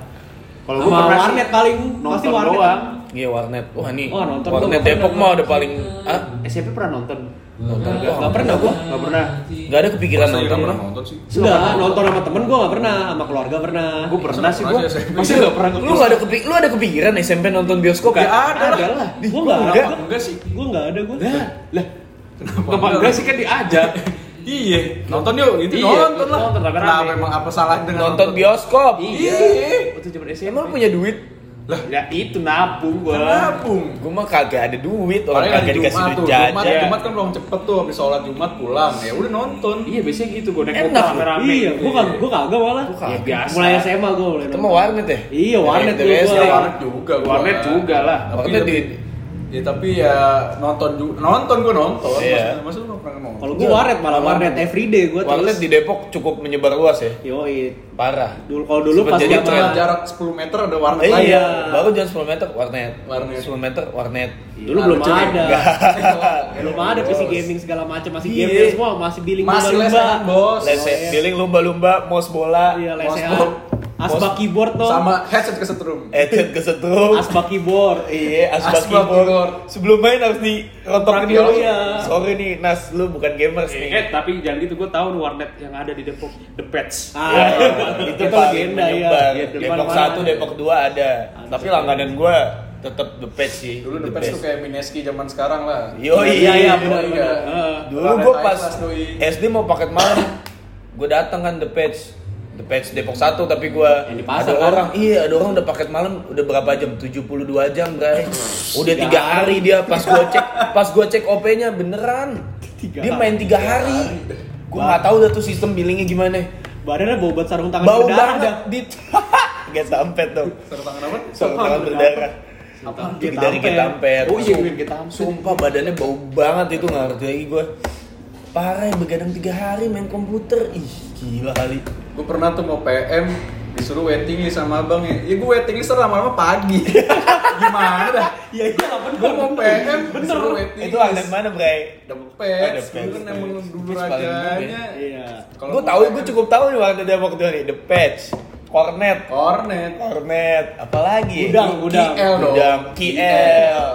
Kalau
Sama
pernah sih
warnet paling, pasti
nonton
warnet
doang.
iya warnet wah nih
Oh, nonton
warnet
gua nggak
Depok
pernah.
mah udah paling ah
SMP pernah nonton?
nonton gua
Gak pernah gue
Gak pernah.
nggak ada kepikiran
Masa
nonton
nggak
lah
pernah nonton sih?
Enggak, nonton sama temen gue gak pernah Sama keluarga pernah
Gue pernah sih
Pernah
gue.
sih, SMP.
Masih gak pernah
lu nggak ada kepik lu ada kepikiran SMP nonton bioskop
Nggak
ya
ada lah.
lah
Di-
Gue
gua
gak
enggak.
ada
Enggak sih.
Gue gak ada gue
Lah, kenapa enggak sih kan diajak?
Iya, nonton yuk gitu.
Iya,
Nonton lah.
nonton rame-rame.
Nah, memang apa salahnya dengan
nonton bioskop
Iya.
Waktu zaman
Iya.
SMP.
emang lu punya duit
Lah,
Ya itu nabung gua.
kenapung?
gua mah kagak ada duit orang
Paling hari
kagak dikasih
Jumat
duit
tuh. Jumat,
jajan
Jumat kan pulang cepet tuh habis sholat Jumat pulang. Ya udah nonton.
Iya biasanya gitu gua naik
Enak.
motor gitu. rame-rame.
Iya, gue kagak gua kagak malah
Ya biasa.
Mulai SMA gue mulai
itu
nonton.
mah warnet ya
Iya, warnet
Dari
dulu
SD.
Ya,
gua.
warnet juga. gua.
Warnet juga lah.
Tapi
Warnet
lebih-
di-
Ya tapi ya nonton juga. Nonton gua nonton.
Iya.
Masa- Masa lu nggak pernah nonton?
Kalau gue warnet malah warnet everyday gue
warnet
terus.
di Depok cukup menyebar luas ya
Yoi.
parah
Dulu kalau dulu
Sempet
pas
jadi
zaman
Cuma jarak 10 meter ada warnet
Eh,
lain.
iya, baru jangan 10 meter warnet.
Warnet.
10 meter warnet.
Iya, dulu belum
Lucu deh.
ada.
Enggak.
Belum ada PC gaming segala macam masih
Iya.
game semua masih billing
Masih
lumba-lumba.
lesehan, Bos.
Lese, dealing lumba-lumba, mouse bola,
Iya, lesehan.
Mouse.
Asbak keyboard tuh.
Sama headset kesetrum.
headset kesetrum.
Asbak keyboard.
Iya, asbak
Asbak
keyboard.
keyboard.
Sebelum main harus dirontokin
Rotokin
dulu.
dulu, iya.
Sorry nih, Nas, lu bukan gamers
Eh,
nih.
eh, tapi jangan gitu gua tahu nih warnet yang ada di Depok, The Pets.
Ah, itu tuh
paling
legenda ya.
menyebar.
Iya, di
Depok
mana-mana.
1, Depok 2 ada. Tapi langganan gua tetap The Patch sih.
Dulu The Patch tuh kayak Mineski zaman sekarang lah.
Yo,
Iya, iya, benar,
iya.
benar. Eh,
Dulu gue
Planet
pas
Atlas, Doi.
SD mau paket malam, gue datang kan The Patch, The Patch Depok 1 tapi gue
Yang di
ada
pasar, kan?
orang, iya ada orang udah paket malam udah berapa jam? 72 jam, Bray. Udah tiga hari dia pas gue cek, pas gue cek OP-nya beneran.
Tiga
dia
hari.
main tiga hari. Gue nggak tahu dah tuh sistem billingnya gimana.
Badannya bau banget sarung tangan
Bau
berdarah
banget
dah.
di Gak sampai dong.
Sarung tangan apa?
Sarung tangan berdarah. Gigi dari getampet.
Oh iya, gue getampet.
Sumpah badannya bau banget itu nggak ngerti lagi gue. Parah ya begadang tiga hari main komputer. Ih gila kali.
Gue pernah tuh mau PM disuruh waiting list sama abangnya. Ya gue waiting list lama-lama pagi. Gimana dah?
Iya, iya, bener.
Gue mau PM disuruh waiting
Itu angkat mana bre?
Dempet,
Ada
dulu kan
pet.
emang dulu
Pet paling
rajanya.
Iya.
Kalau
Gue
mau
tahu,
PM,
gue cukup tahu nih waktu dia waktu nih The Patch, Cornet,
Cornet,
Cornet, apalagi?
Udang, udang.
KL dong.
Udang, KL.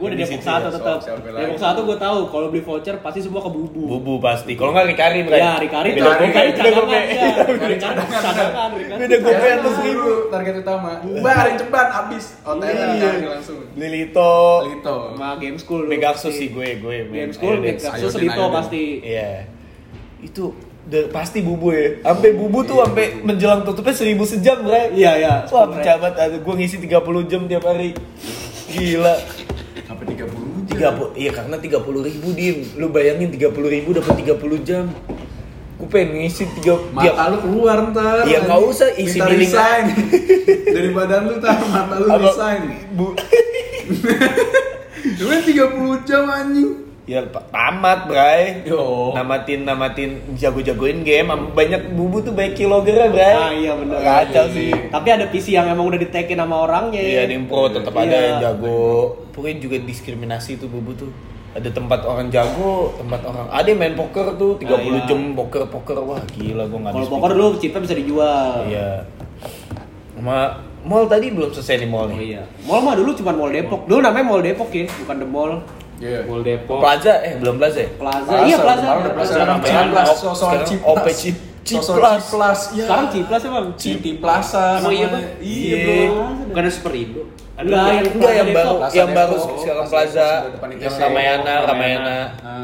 Gue udah
Di
Depok
situ
satu
ya,
tetap.
siapa lagi?
Depok satu gue tahu kalau beli voucher pasti semua kebubu.
Bubu pasti. Kalau nggak Rikari bre.
Ya, Rikari
Beda
tuh,
gope,
Rikari
beda
cadangan
gope.
ya. Rikari cadangan,
Beda
Rikari.
gope
Iya,
atas ribu.
Target utama. Bubarin cepat abis. OTL
Iya.
kali langsung.
Lilito,
Lito.
Sama game school. dulu.
Megaxus sih gue, gue. main
Game school,
Aerodex.
Megaxus.
Megapsus,
Ayo,
Lito
Ayo,
pasti.
Iya. Itu de- pasti bubu ya. Sampai bubu tuh sampai menjelang tutupnya seribu sejam, Bray.
Iya, iya.
Wah, pejabat ada gua ngisi 30 jam tiap hari. Gila.
Sampai 30 jam.
30 iya karena 30 ribu dim. Lu bayangin 30 ribu dapat 30 jam. Gue pengen ngisi 3
Mata lu keluar ntar.
Iya, nggak usah isi
Minta
billing.
resign. Dari badan lu ntar mata lu
Apa?
resign.
Bu,
Cuma 30 jam anjing.
ya pa- tamat, Bray.
Yo.
Namatin namatin jago-jagoin game. Am- Banyak bubu tuh baik kilogernya, Bray.
Ah iya benar.
Kacau sih.
Tapi ada PC yang emang udah ditekin sama orangnya.
Iya, di pro tetap ada
Iya.
yang jago. Pokoknya juga diskriminasi tuh Bubu tuh. Ada tempat orang jago, tempat orang ada yang main poker tuh 30
Ah, iya.
jam poker poker wah gila gua nggak
Kalau
habis
poker
pikir.
dulu chipnya bisa dijual.
Iya. Sama mall tadi belum selesai nih mall
Oh,
nih.
iya.
Mall mah dulu cuma Mall Depok. Dulu namanya Mall Depok ya, bukan The Mall.
Iya.
Mall Depok.
Plaza eh belum Plaza ya?
Plaza.
Plaza,
Iya, Plaza.
kemarin udah Plaza.
Sekarang-
Sekarang
Plaza.
Plaza,
Sekarang
Ciplas.
OP Cip-
Sosok
Ciplas.
Ciplas, iya.
Sekarang Ciplas ya, Bang?
City Plaza.
Emang iya, Bang?
namanya. Iya, bro.
Bukannya Superindo.
Enggak
Enggak, yang
Ada yang-
ya,
yang baru,
Plaza
yang
Depok,
baru sekarang
Plaza
Plaza,
Depok, depan
yang
ITC.
Ramayana, Ramayana.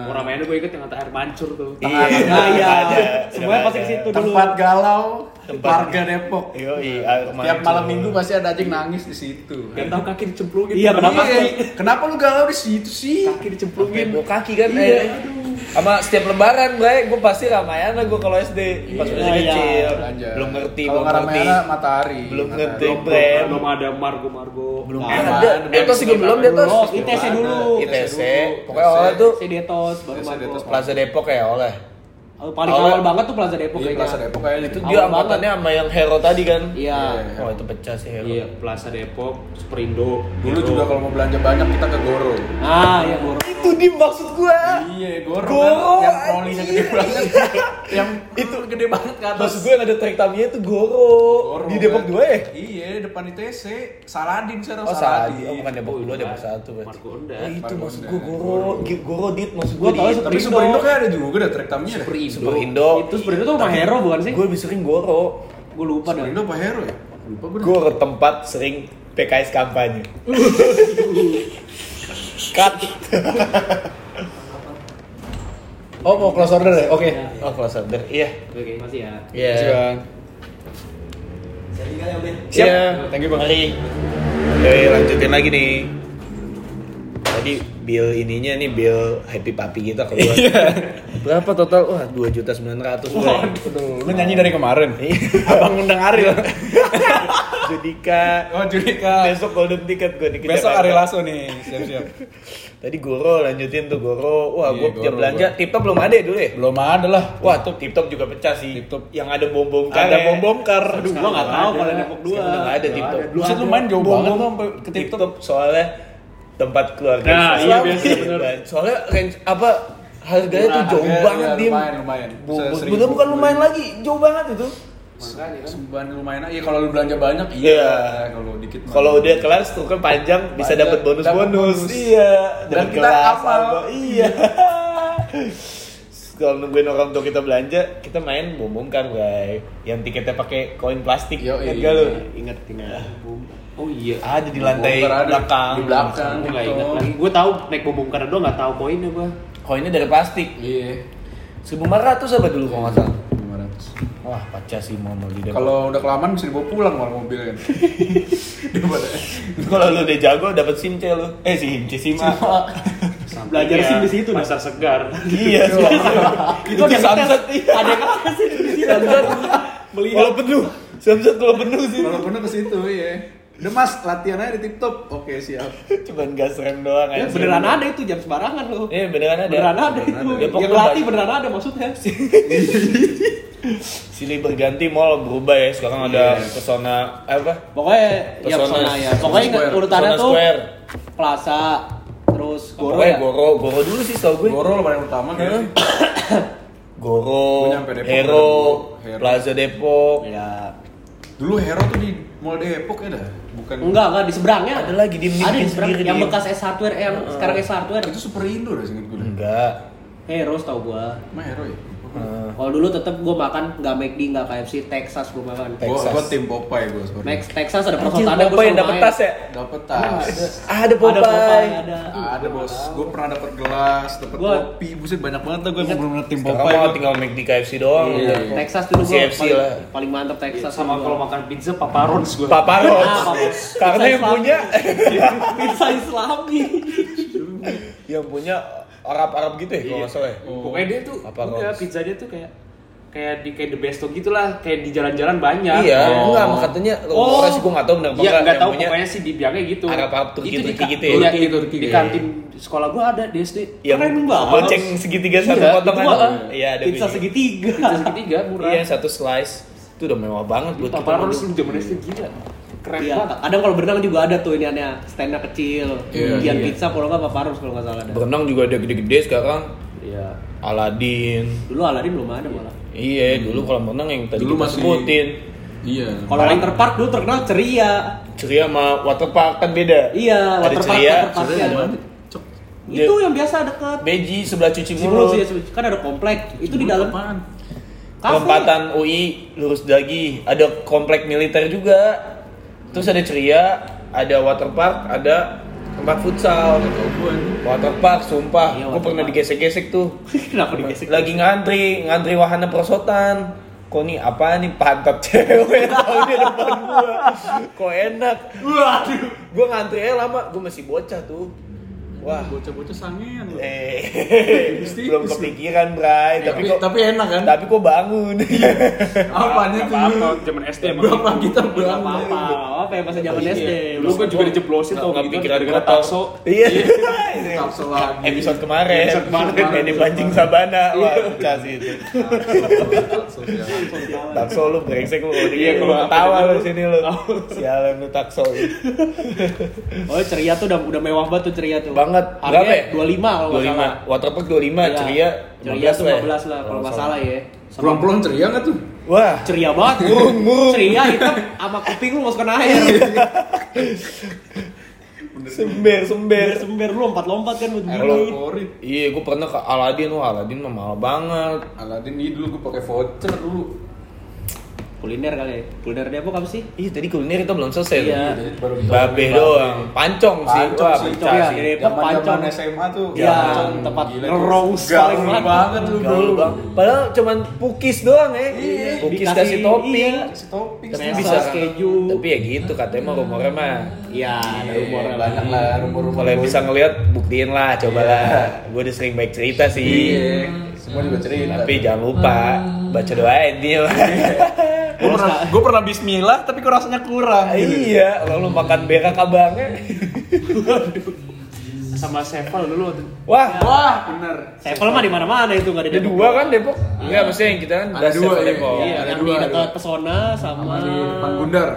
Oh, Ramayana gue ikut yang kata air mancur tuh.
Iya,
Nah, Ah. iya.
ada.
Semuanya pasti ke situ dulu.
Tempat galau,
Tempat-
warga Depok.
Yo,
Tiap malam minggu pasti ada aja yang nangis di situ.
Gak tau kaki dicemplungin.
Iya, kenapa
Iya,
sih?
Kenapa lu galau di situ sih?
Kaki dicemplungin. Iya.
Bawa kaki
Iya.
kan
Iya.
eh. Sama setiap lebaran, Bre, gue pasti Ramayana gue kalau SD pas masih
Iya.
kecil.
Aja.
Belum ngerti, belum
Kalau nggak
ngerti.
Ramayana, matahari.
Belum
Matahari.
ngerti, Bre.
Belum ada Margo Margo.
Belum
Nah,
ada.
ada.
Detos juga belum, Detos.
Belum, ITC dulu.
ITC.
dulu.
Pokoknya oleh tuh
Iya.
Sedetos baru
ITC
Margo.
Detos.
Plaza Depok ya oleh.
Oh, paling
Awal-
awal banget tuh Plaza Depok
Iya,
kayaknya.
Plaza Depok kayaknya
Itu
gitu.
dia
Awal banget.
angkatannya sama yang Hero tadi kan.
Iya.
Oh, itu pecah sih Hero.
Iya, Plaza Depok, Gitu. Superindo.
Dulu juga kalau mau belanja banyak kita ke Goro.
Ah, iya, Bro.
Itu di maksud gua.
Iya, Goro.
Goro,
kan? Yang trolinya gede banget. yang
itu
gede banget
Iya.
ke atas.
Maksud gue yang ada trek Tamiya itu Goro.
Goro,
Di Depok
kan?
2 ya?
Iya, depan ITC, Saladin sekarang
Oh, Saladin. Oh, bukan Depok
Oh,
2, Depok
iya.
1 berarti.
Margo Onda.
Oh, itu
Margo
maksud
Onda.
gue Goro. Gi- Goro dit maksud gue
Gua tahu
dit.
Tapi kan?
Superindo.
Superindo kayak ada juga ada trek tamunya. deh.
Super Indo.
Itu sebenarnya tuh rumah Hero bukan sih?
Gue lebih sering Goro.
Gue lupa dah.
Superindo apa Hero ya? Lupa gue. dah.
Goro tempat sering PKS kampanye. Cut. oh, mau close order ya? Oke. Oh, close order. Iya.
Oke, masih ya.
Iya.
Makasih, Bang.
Siap.
Iya.
Thank you Bang. Mari. Yoi, lanjutin lagi nih. Tadi bill ininya nih bill happy papi kita keluar. Berapa total? Wah, 2 juta 900
Lu nyanyi dari kemarin.
Iya. Abang undang Ariel. Judika.
Oh, Jurika.
Besok golden ticket gue di ke
Besok
Jakarta.
Ari Lasso nih, siap-siap.
Tadi Goro lanjutin tuh Goro. Wah,
Iya,
gue
Goro,
jam belanja
Goro.
TikTok belum ada ya dulu ya?
Belum ada lah.
Wah, tuh TikTok juga pecah sih.
TikTok.
Yang ada bom-bom kar.
Ada
ya.
bom-bom kar.
Aduh, gua enggak tahu
Ada.
kalau Depok
Sekarang Udah nggak ada TikTok.
ada.
Buset lu main jauh banget tuh sampai
ke TikTok soalnya tempat keluarga.
Nah,
saya.
iya, biasa, bener.
Soalnya range apa harganya tuh jauh
Harganya,
banget
iya,
dim.
lumayan, lumayan.
Bu- bu-
Seribu.
Bukan bukan lumayan lagi, jauh banget itu.
Sembuhan lumayan aja. Iya, kalau lu belanja banyak,
Iya.
Kalau dikit mah.
Kalau udah kelar tuh kan panjang bisa
Panjang,
dapat
dapat
bonus-bonus.
bonus.
Iya,
Dan
dapat
kita
kelas
hafal.
apa. Iya. Kalau nungguin orang tua kita belanja, kita main bom bom kan, guys. Yang tiketnya pakai koin plastik.
Yo,
Ingat
iya.
gak lu?
Ingat ingat.
Oh iya.
Ada di lantai
Bongkar ada.
belakang.
Di belakang. gitu.
Gue nggak ingat lagi. Gue tahu naik bom karena doang nggak tahu poinnya gue.
Koinnya dari plastik.
Iya.
1400 apa dulu kalau nggak salah?
500.
Wah, pecah sih mau mau di Depok.
Kalau udah kelamaan bisa dibawa pulang malah mobil kan. Daripada
Kalau lu udah jago dapat simce lu. Eh si himce sima.
Belajar sim di situ dah.
Pasar segar.
iya, sima. Itu iya. ada samsat.
Ada yang apa sih di sini?
Kalau penuh. Samsat kalau penuh sih.
kalau penuh ke situ ya. Udah mas latihan aja di tip top. Oke siap.
Cuman gas rem doang
Ya,
aja.
beneran ada itu jam sembarangan lo.
Iya, beneran ada.
Beneran ada itu.
ada. Ya, Depok
Yang
tuh
pelatih
banyak.
beneran ada maksudnya.
Silih berganti mall berubah ya. Sekarang ada
Iya.
pesona apa?
Pokoknya ya
Pesona.
pesona ya. Pokoknya ingat
Square.
urutannya
Pesona
tuh
Square.
Plaza terus Goro
Pokoknya
ya.
Goro, Goro dulu sih tau gue.
Goro lo paling utama
Hah?
kan.
Goro,
Gue nyampe Depok,
Hero,
Goro, Hero. Iya.
Plaza Depok.
Ya.
Dulu Hero tuh di Mall Depok ya dah. Bukan.
Enggak, enggak di seberangnya.
Ada lagi, Dim, Dim,
Ada di
bikin
seberang
sendiri,
yang
Dim.
bekas S hardware eh, yang sekarang S hardware.
Itu Super Indo dah singkat gue.
Hmm. Enggak.
Heroes tau gua.
Emang Hero ya.
Eh,
Kalau dulu tetap gua makan nggak McD, nggak KFC, Texas gua makan.
Texas.
Gue gue tim Popeye gue sorry.
Max Texas ada
Anjir,
perosotannya gua
Popeye yang
selalu
dapet
main.
tas ya?
Dapet tas.
Ada
Ada Popeye,
Popeye.
ada.
Ada bos, gue pernah dapet gelas, dapet
Gua-
kopi, buset banyak banget lah gue yang belum tim
Sekarang
Popeye.
mau
gua.
tinggal make di KFC doang.
Iya.
udah.
Texas dulu gua
CFC
paling,
lah.
paling mantep Texas
Sama kalau makan pizza paparons gue.
Papa Roach.
Ah, Papa Roach.
Karena yang
Saya
punya
pizza Islami.
yang punya Arab-Arab gitu ya
Iya.
kalau nggak salah. ya?
Pokoknya dia tuh
Papa
udah
Roach.
pizzanya tuh kayak kayak di kayak the besto gitulah, kayak di jalan-jalan banyak.
Iya,
Oh.
enggak, makanya katanya
Oh.
lokasi gue nggak tahu benar apa
Iya, nggak
yang
tahu
punya
pokoknya sih dibilangnya gitu.
Arab-Arab Turki-
Itu di
Turki
ka-
gitu ya? Iya,
Iya,
Turki-
gitu,
Turki.
di kantin sekolah gua ada di SD.
yang goceng segitiga satu
Iya,
potongan.
itu gua.
Iya, ada
pizza
gue juga.
Pizza
segitiga.
segitiga murah.
Iya, satu slice. Itu udah mewah banget buat kita.
Paparons
dulu.
lu zaman SD gila. Keren
Iya,
banget.
kadang kalau berenang juga ada tuh iniannya, stand-nya kecil.
Iya,
Gian
iya.
pizza kalau nggak paparus kalau nggak salah ada.
Berenang juga ada gede-gede sekarang.
Iya.
Aladin.
Dulu Aladin belum ada malah.
Hmm.
Hmm.
Iya, dulu kalau berenang yang tadi
Dulu
kita
masih-
sebutin.
Iya.
Kalau waterpark dulu terkenal ceria.
ceria sama waterpark kan beda
Iya,
ada
waterpark
ceria
waterparknya ada.
Cok.
Itu yang biasa deket
beji sebelah cuci
Cimulus
mulut
ya, kan ada komplek. Itu di dalam
Apaan?
kafe.
lompatan UI lurus lagi ada komplek militer juga terus ada ceria ada waterpark ada tempat futsal waterpark sumpah
Iya,
gue pernah
waterpark.
digesek-gesek tuh
Kenapa digesek?
lagi ngantri ngantri wahana perosotan kok nih apa nih pantat cewek tau di depan gua kok enak
Waduh.
gua ngantri aja lama gua masih bocah tuh wah
Bocah-bocah sangean loh.
eh belum kepikiran Bray tapi
Iya,
Tapi
kok
tapi enak kan?
tapi kok bangun
Apanya tuh?
Apa-apa, zaman SD emang
Berapa kita
Gak
berapa?
apa-apa, apa ya masa zaman SD.
Lu kan juga dijeblosin tau
nggak
gitu
pikiran
gara-gara
kotor.
takso
iya
Kapsa lagi.
episode kemarin
Episode kemarin.
ini pancing sabana wah pecah sih itu
Sosial.
takso lu brengsek lu
Iya,
iya
kalau
tawa lu sini lu sialan lu takso lu.
Oh, ceria tuh udah udah mewah banget tuh ceria tuh.
banget ya?
Harganya 25 kalau enggak salah.
25 waterpark 25
Iya.
ceria
ceria tuh
15
15 lah kalau enggak salah ya.
Pulang-pulang ceria nggak tuh?
wah
ceria banget ngurung ngurung ceria itu sama kuping lu masukin air
sember sember
biar sember lu lompat lompat kan buat
Air
duit.
Favorit.
iya gue pernah ke Aladin wah Aladin mah mahal banget
Aladin ini dulu gue pakai voucher dulu.
kuliner kali ya kuliner Depok apa sih
Iya tadi kuliner kita belum selesai
Iya.
loh.
Jadi baru
Babe doang, pancong, sih,
Pancong
wah
sih,
pecah
iya.
sih.
Dari
Zaman
pancong.
zaman SMA tuh.
Iya,
pancong.
tempat
Gila tuh.
ngerongs
Gaul
paling
banget lu bro.
Gaul bang. Padahal cuman pukis doang ya.
Iya.
Pukis
Dikasih-
kasih topping. kan?
iya.
Kasih topping.
Tapi
Mesos,
snack.
bisa
keju.
Tapi ya gitu katanya mah rumornya mah.
iya ada
Iya,
rumor
banyak lah rumor-rumor.
Kalau yang bisa ngelihat buktiin lah,
Iya.
cobalah. Gue udah sering baik cerita sih.
Iya. Semua juga cerita.
Tapi jangan lupa baca doa intinya.
Iya. gue pernah gue pernah Bismillah tapi kok rasanya kurang. gitu.
iya, kalau lu makan berak abangnya.
sama Sevel dulu waktu itu.
Wah,
Wah bener.
Sevel mah di mana mana itu nggak
ada
ada
dua kan Depok? Enggak, maksudnya yang kita kan
Ada dua,
Sevel
iya.
Depok.
iya
Ada
yang
dua,
di
ada
dekat
dua.
pesona sama
Sama di depan Gundar.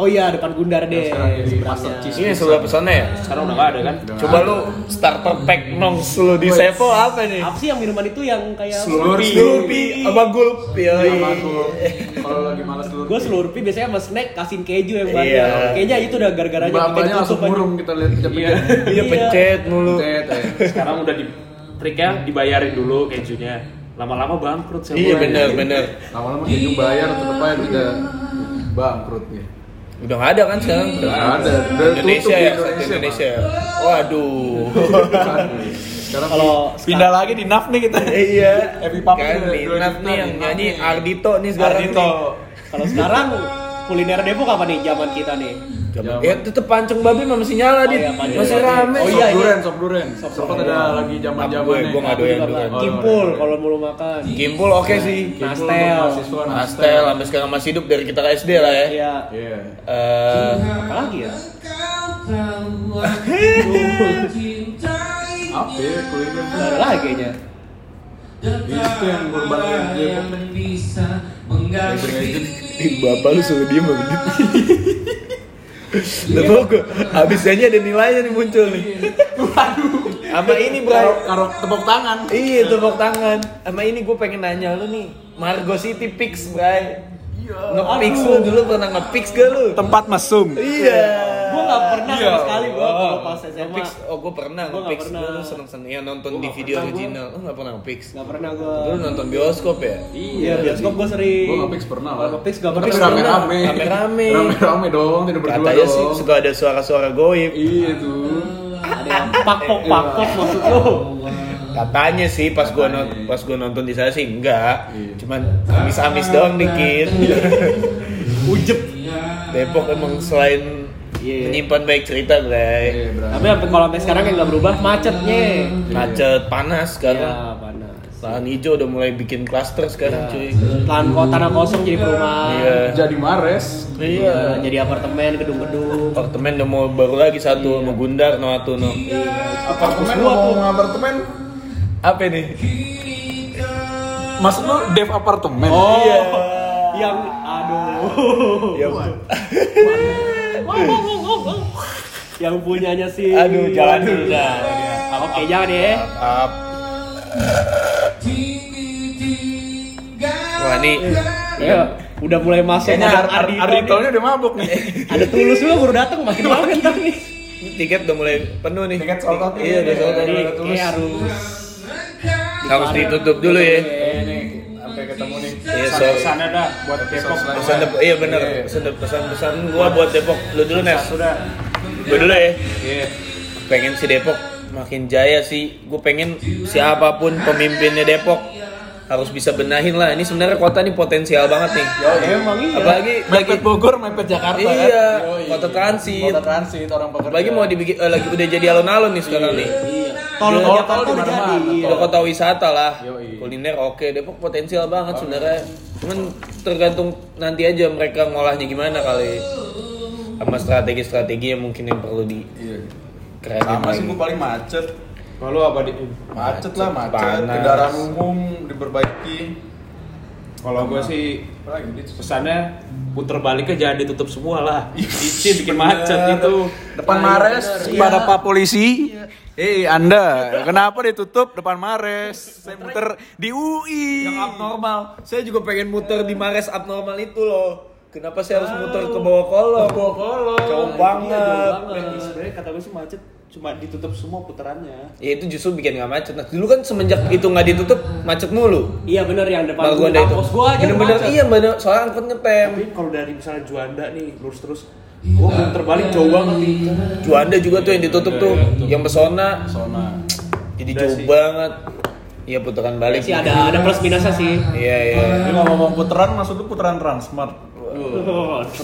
oh iya depan Gundar
Yang
deh
sekarang jadi
seberangnya.
Pasar Cis.
Ini sebelah pesona ya?
Iya, sekarang udah gak ada kan
Coba lu starter pack nongs lu di Sevo apa nih?
apa sih yang minuman itu yang kayak
Slurpee.
Slurpee sama gulp. Yoi.
Iya, Sama gua. Kalau lagi malas dulu.
gue Slurpee biasanya sama snack kasihin keju yang banyak
Iya.
kayaknya itu udah gara-gara aja
Bapaknya langsung murung kita lihat
Iya.
pecah-pecah.
Iya pencet mulu.
Tet, eh.
sekarang udah di triknya dibayarin dulu kejunya lama-lama bangkrut Sevel
Iya bener bener.
Lama-lama keju bayar tetep aja tidak bangkrut ya.
Udah nggak ada kan sekarang?
Udah Iya, nggak ada. Udah
Indonesia
tutup di
ya, satu
Indonesia,
Indonesia. Waduh.
Sekarang
kalau
Pindah lagi di NAF nih kita. Iya.
Happy Papa
Kan
udah
di
dua
NAF
juta
nih
nih,
yang
NAF
nyanyi
nih.
Ardito nih sekarang.
Ardhito.
kalau sekarang kuliner Depok apa nih zaman kita nih
Iya,
nih. Ya tetep pancung babi mah masih nyala
Oh,
dit.
iya, pancung
Masih
babi.
rame.
Oh,
sop
iya, iya.
duren, sop duren. Sempat ada lagi
Gue
zaman-zamannya.
gue nggak doyan dulu.
Oh,
Kimpul
iya.
kalau mau lu makan
Kimpul oke sih.
Kimpul
Nastel.
untuk mahasiswa,
Astel sampai sekarang masih hidup dari kita ke SD lah ya.
iya
Iya.
Eh,
apa lagi ya
Apa ya kuliner tuh?
Gak ada lagi kayaknya
Itu yang urban legend. Urban legend.
Ih, bapak lu suruh diem apa gitu? Gak tau gue, abis nyanyi ada nilainya nih muncul nih Sama ini bro
Karo- Karo tepuk tangan.
Iya tepuk tangan Sama ini gue pengen nanya lu nih Margo City Pix bray
Iya.
Nge-pix lu dulu pernah nge-pix gak lu?
Tempat mesum.
Iya
gue gak pernah sama sekali gue
Oh.
pas SMA
Nge-pix, oh gue pernah
Gua nggak
nge-pix
pernah.
Dulu seneng-seneng, ya nonton di video original Lu gak pernah nge-pix?
gak pernah
Lu
gue
nonton bioskop ya?
iya bioskop gue sering
Gua nggak fix pernah lah.
Kalau nggak fix gak
Tapi
pernah
rame-rame.
Rame-rame.
Rame-rame dong, tidak berdua
Katanya sih
dong.
suka ada suara-suara goib
Iya tuh.
ada yang pakpok pakpok
Iya.
maksud lu
Katanya sih pas gua nonton pas gua nonton di sana sih enggak. Cuman amis-amis doang dikit. Ujep. Depok emang selain
Iya.
menyimpan baik cerita,
Iya,
Bray.
berani.
tapi sampai kalau sampai sekarang yang gak berubah macetnya
Macet, panas
Iya.
sekarang.
ya panas
Lahan hijau udah mulai bikin klaster sekarang, cuy.
lahan kota tanah kosong jadi perumahan
Iya.
jadi Mares.
Iya.
Nah, jadi apartemen gedung-gedung
Apartemen udah mau baru lagi satu mau Gundar no atu no.
Iya.
Apartemen gua mau apartemen.
Apa ini?
Maksud lu dev apartemen?
oh
Iya.
yang aduh
Ya,
yang punyanya sih
aduh jalan dulu dah.
Ah, oke jangan ya
Up. Wah ini
Ya, udah mulai masuk
Kayaknya
ada
Ar- Ar-
Ardito nih.
Arditonya udah mabuk nih.
Ada tulus juga baru datang makin
Iya.
banget ntar nih.
tiket udah mulai penuh nih
Tiket sold out nih.
iya udah sold out
Jadi
Ada tulus.
kayak harus
harus ditutup dulu ya
Iya nih, sampai ketemu nih.
iya so
sana dah buat
Episode
Depok
pesan
selanjutnya.
Dep- iya benar
Iya.
pesan Dep- pesan pesan gua buat Depok lu dulu Nes
sudah
gua dulu ya
Iya.
pengen si Depok makin jaya sih gue pengen siapapun pemimpinnya Depok harus bisa benahin lah ini sebenarnya kota ini potensial banget nih
Yo, iya. emang
apalagi lagi
Mepet Bogor, mepet Jakarta. kan?
Iya,
Yoi.
kota transit.
Kota transit orang pekerja.
apalagi mau dibikin eh, lagi udah jadi alun-alun nih
Iya.
sekarang nih
tol
Udah-
tol tol
udah
di mana-mana.
jadi.
udah kota wisata lah
Yoi.
kuliner oke Depok potensial banget sebenarnya cuman tergantung nanti aja mereka ngolahnya gimana kali sama strategi-strategi yang mungkin yang perlu di
Iya.
keren
Sama sih gua paling macet.
kalau apa di
Macet lah, macet.
Panas.
Kendaraan umum diperbaiki.
kalau gue sih
Apa lagi Dit?
pesannya puter baliknya jangan ditutup semua lah izin bikin macet itu Iya.
Depan Mares, pada Pak Polisi. Eh, Anda, kenapa ditutup depan Mares? Saya muter di UI.
abnormal saya juga pengen muter di Mares abnormal itu loh kenapa saya harus muter ke bawah kolong ke bawah kolong
Iya,
jauh banget
sebenarnya kata gue sih macet cuma ditutup semua puterannya
ya itu justru bikin nggak macet nah dulu kan semenjak itu nggak ditutup macet mulu
Iya bener yang depan
Malah gua ada itu.
kampus gua aja
Bener-bener
macet.
iya bener soalnya angkot ngetem.
tapi kalau dari misalnya Juanda nih lurus terus gue puter balik jauh banget nih
Juanda juga tuh yang ditutup tuh, yang Iya, pesona. Jadi jauh banget. Iya putaran balik.
Sih ada ada plus minusnya sih.
Iya iya.
Ini ngomong puteran, maksud lu puteran Transmart.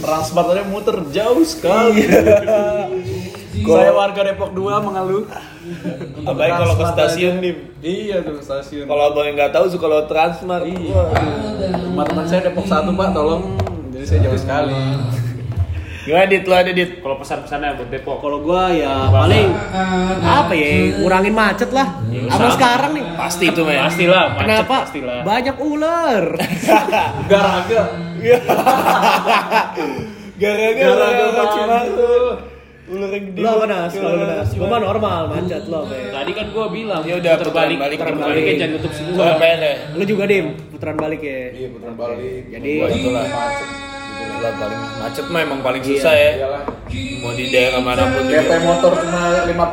Transmart aja muter jauh sekali. Saya warga Depok 2 mengeluh.
Iya. Apalagi kalau ke
Transmart
stasiun
aja.
nih.
Iya tuh ke stasiun.
Kalau abang yang nggak tahu suka lewat Transmart.
iya. Rumah teman saya Depok 1, Pak, tolong. Jadi saya jauh sekali.
Gimana dit lo ada dit?
kalau pesan-pesannya buat Depok
Kalau gua ya paling apa ya ngurangin macet lah.
Iya,
Sama sekarang nih.
Pasti itu men.
pastilah macet
Kenapa?
pastilah
Banyak ular.
Garaga.
Gara-gara
Garaga
cuma
tuh.
ular yang gede.
Lo apa nas? Lo apa nas? Gua mah normal macet lo. Be.
tadi kan gue bilang
Ya udah, puter
terbalik
balik, puter
terbaliknya
balik.
jangan tutup semua
Gua pengen deh.
Lu juga dim putaran balik ya.
Iya, puteran balik.
Jadi
Itulah macet. Itulah paling macet mah emang paling susah ya.
Iyalah.
Mau di daerah manapun
DP
juga.
motor cuma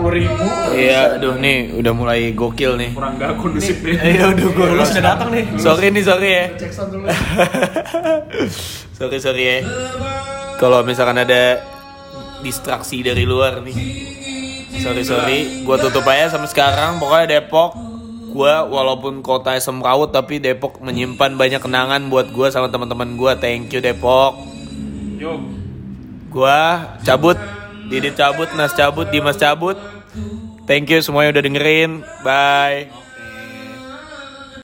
50 ribu.
Iya, aduh nih udah mulai gokil nih.
kurang gak kondusif deh
Iya udah gue
Tulus udah datang nih.
Sorry nih sorry ya.
Jackson dulu.
sorry sorry ya. Kalau misalkan ada distraksi dari luar nih. Sorry sorry. Gue tutup aja sama sekarang. Pokoknya Depok. Gue walaupun kota semrawut tapi Depok menyimpan banyak kenangan buat gue sama teman-teman gue. Thank you Depok.
yuk
Gue cabut. Didit cabut, Nas cabut, Dimas cabut. Thank you semuanya udah dengerin. Bye.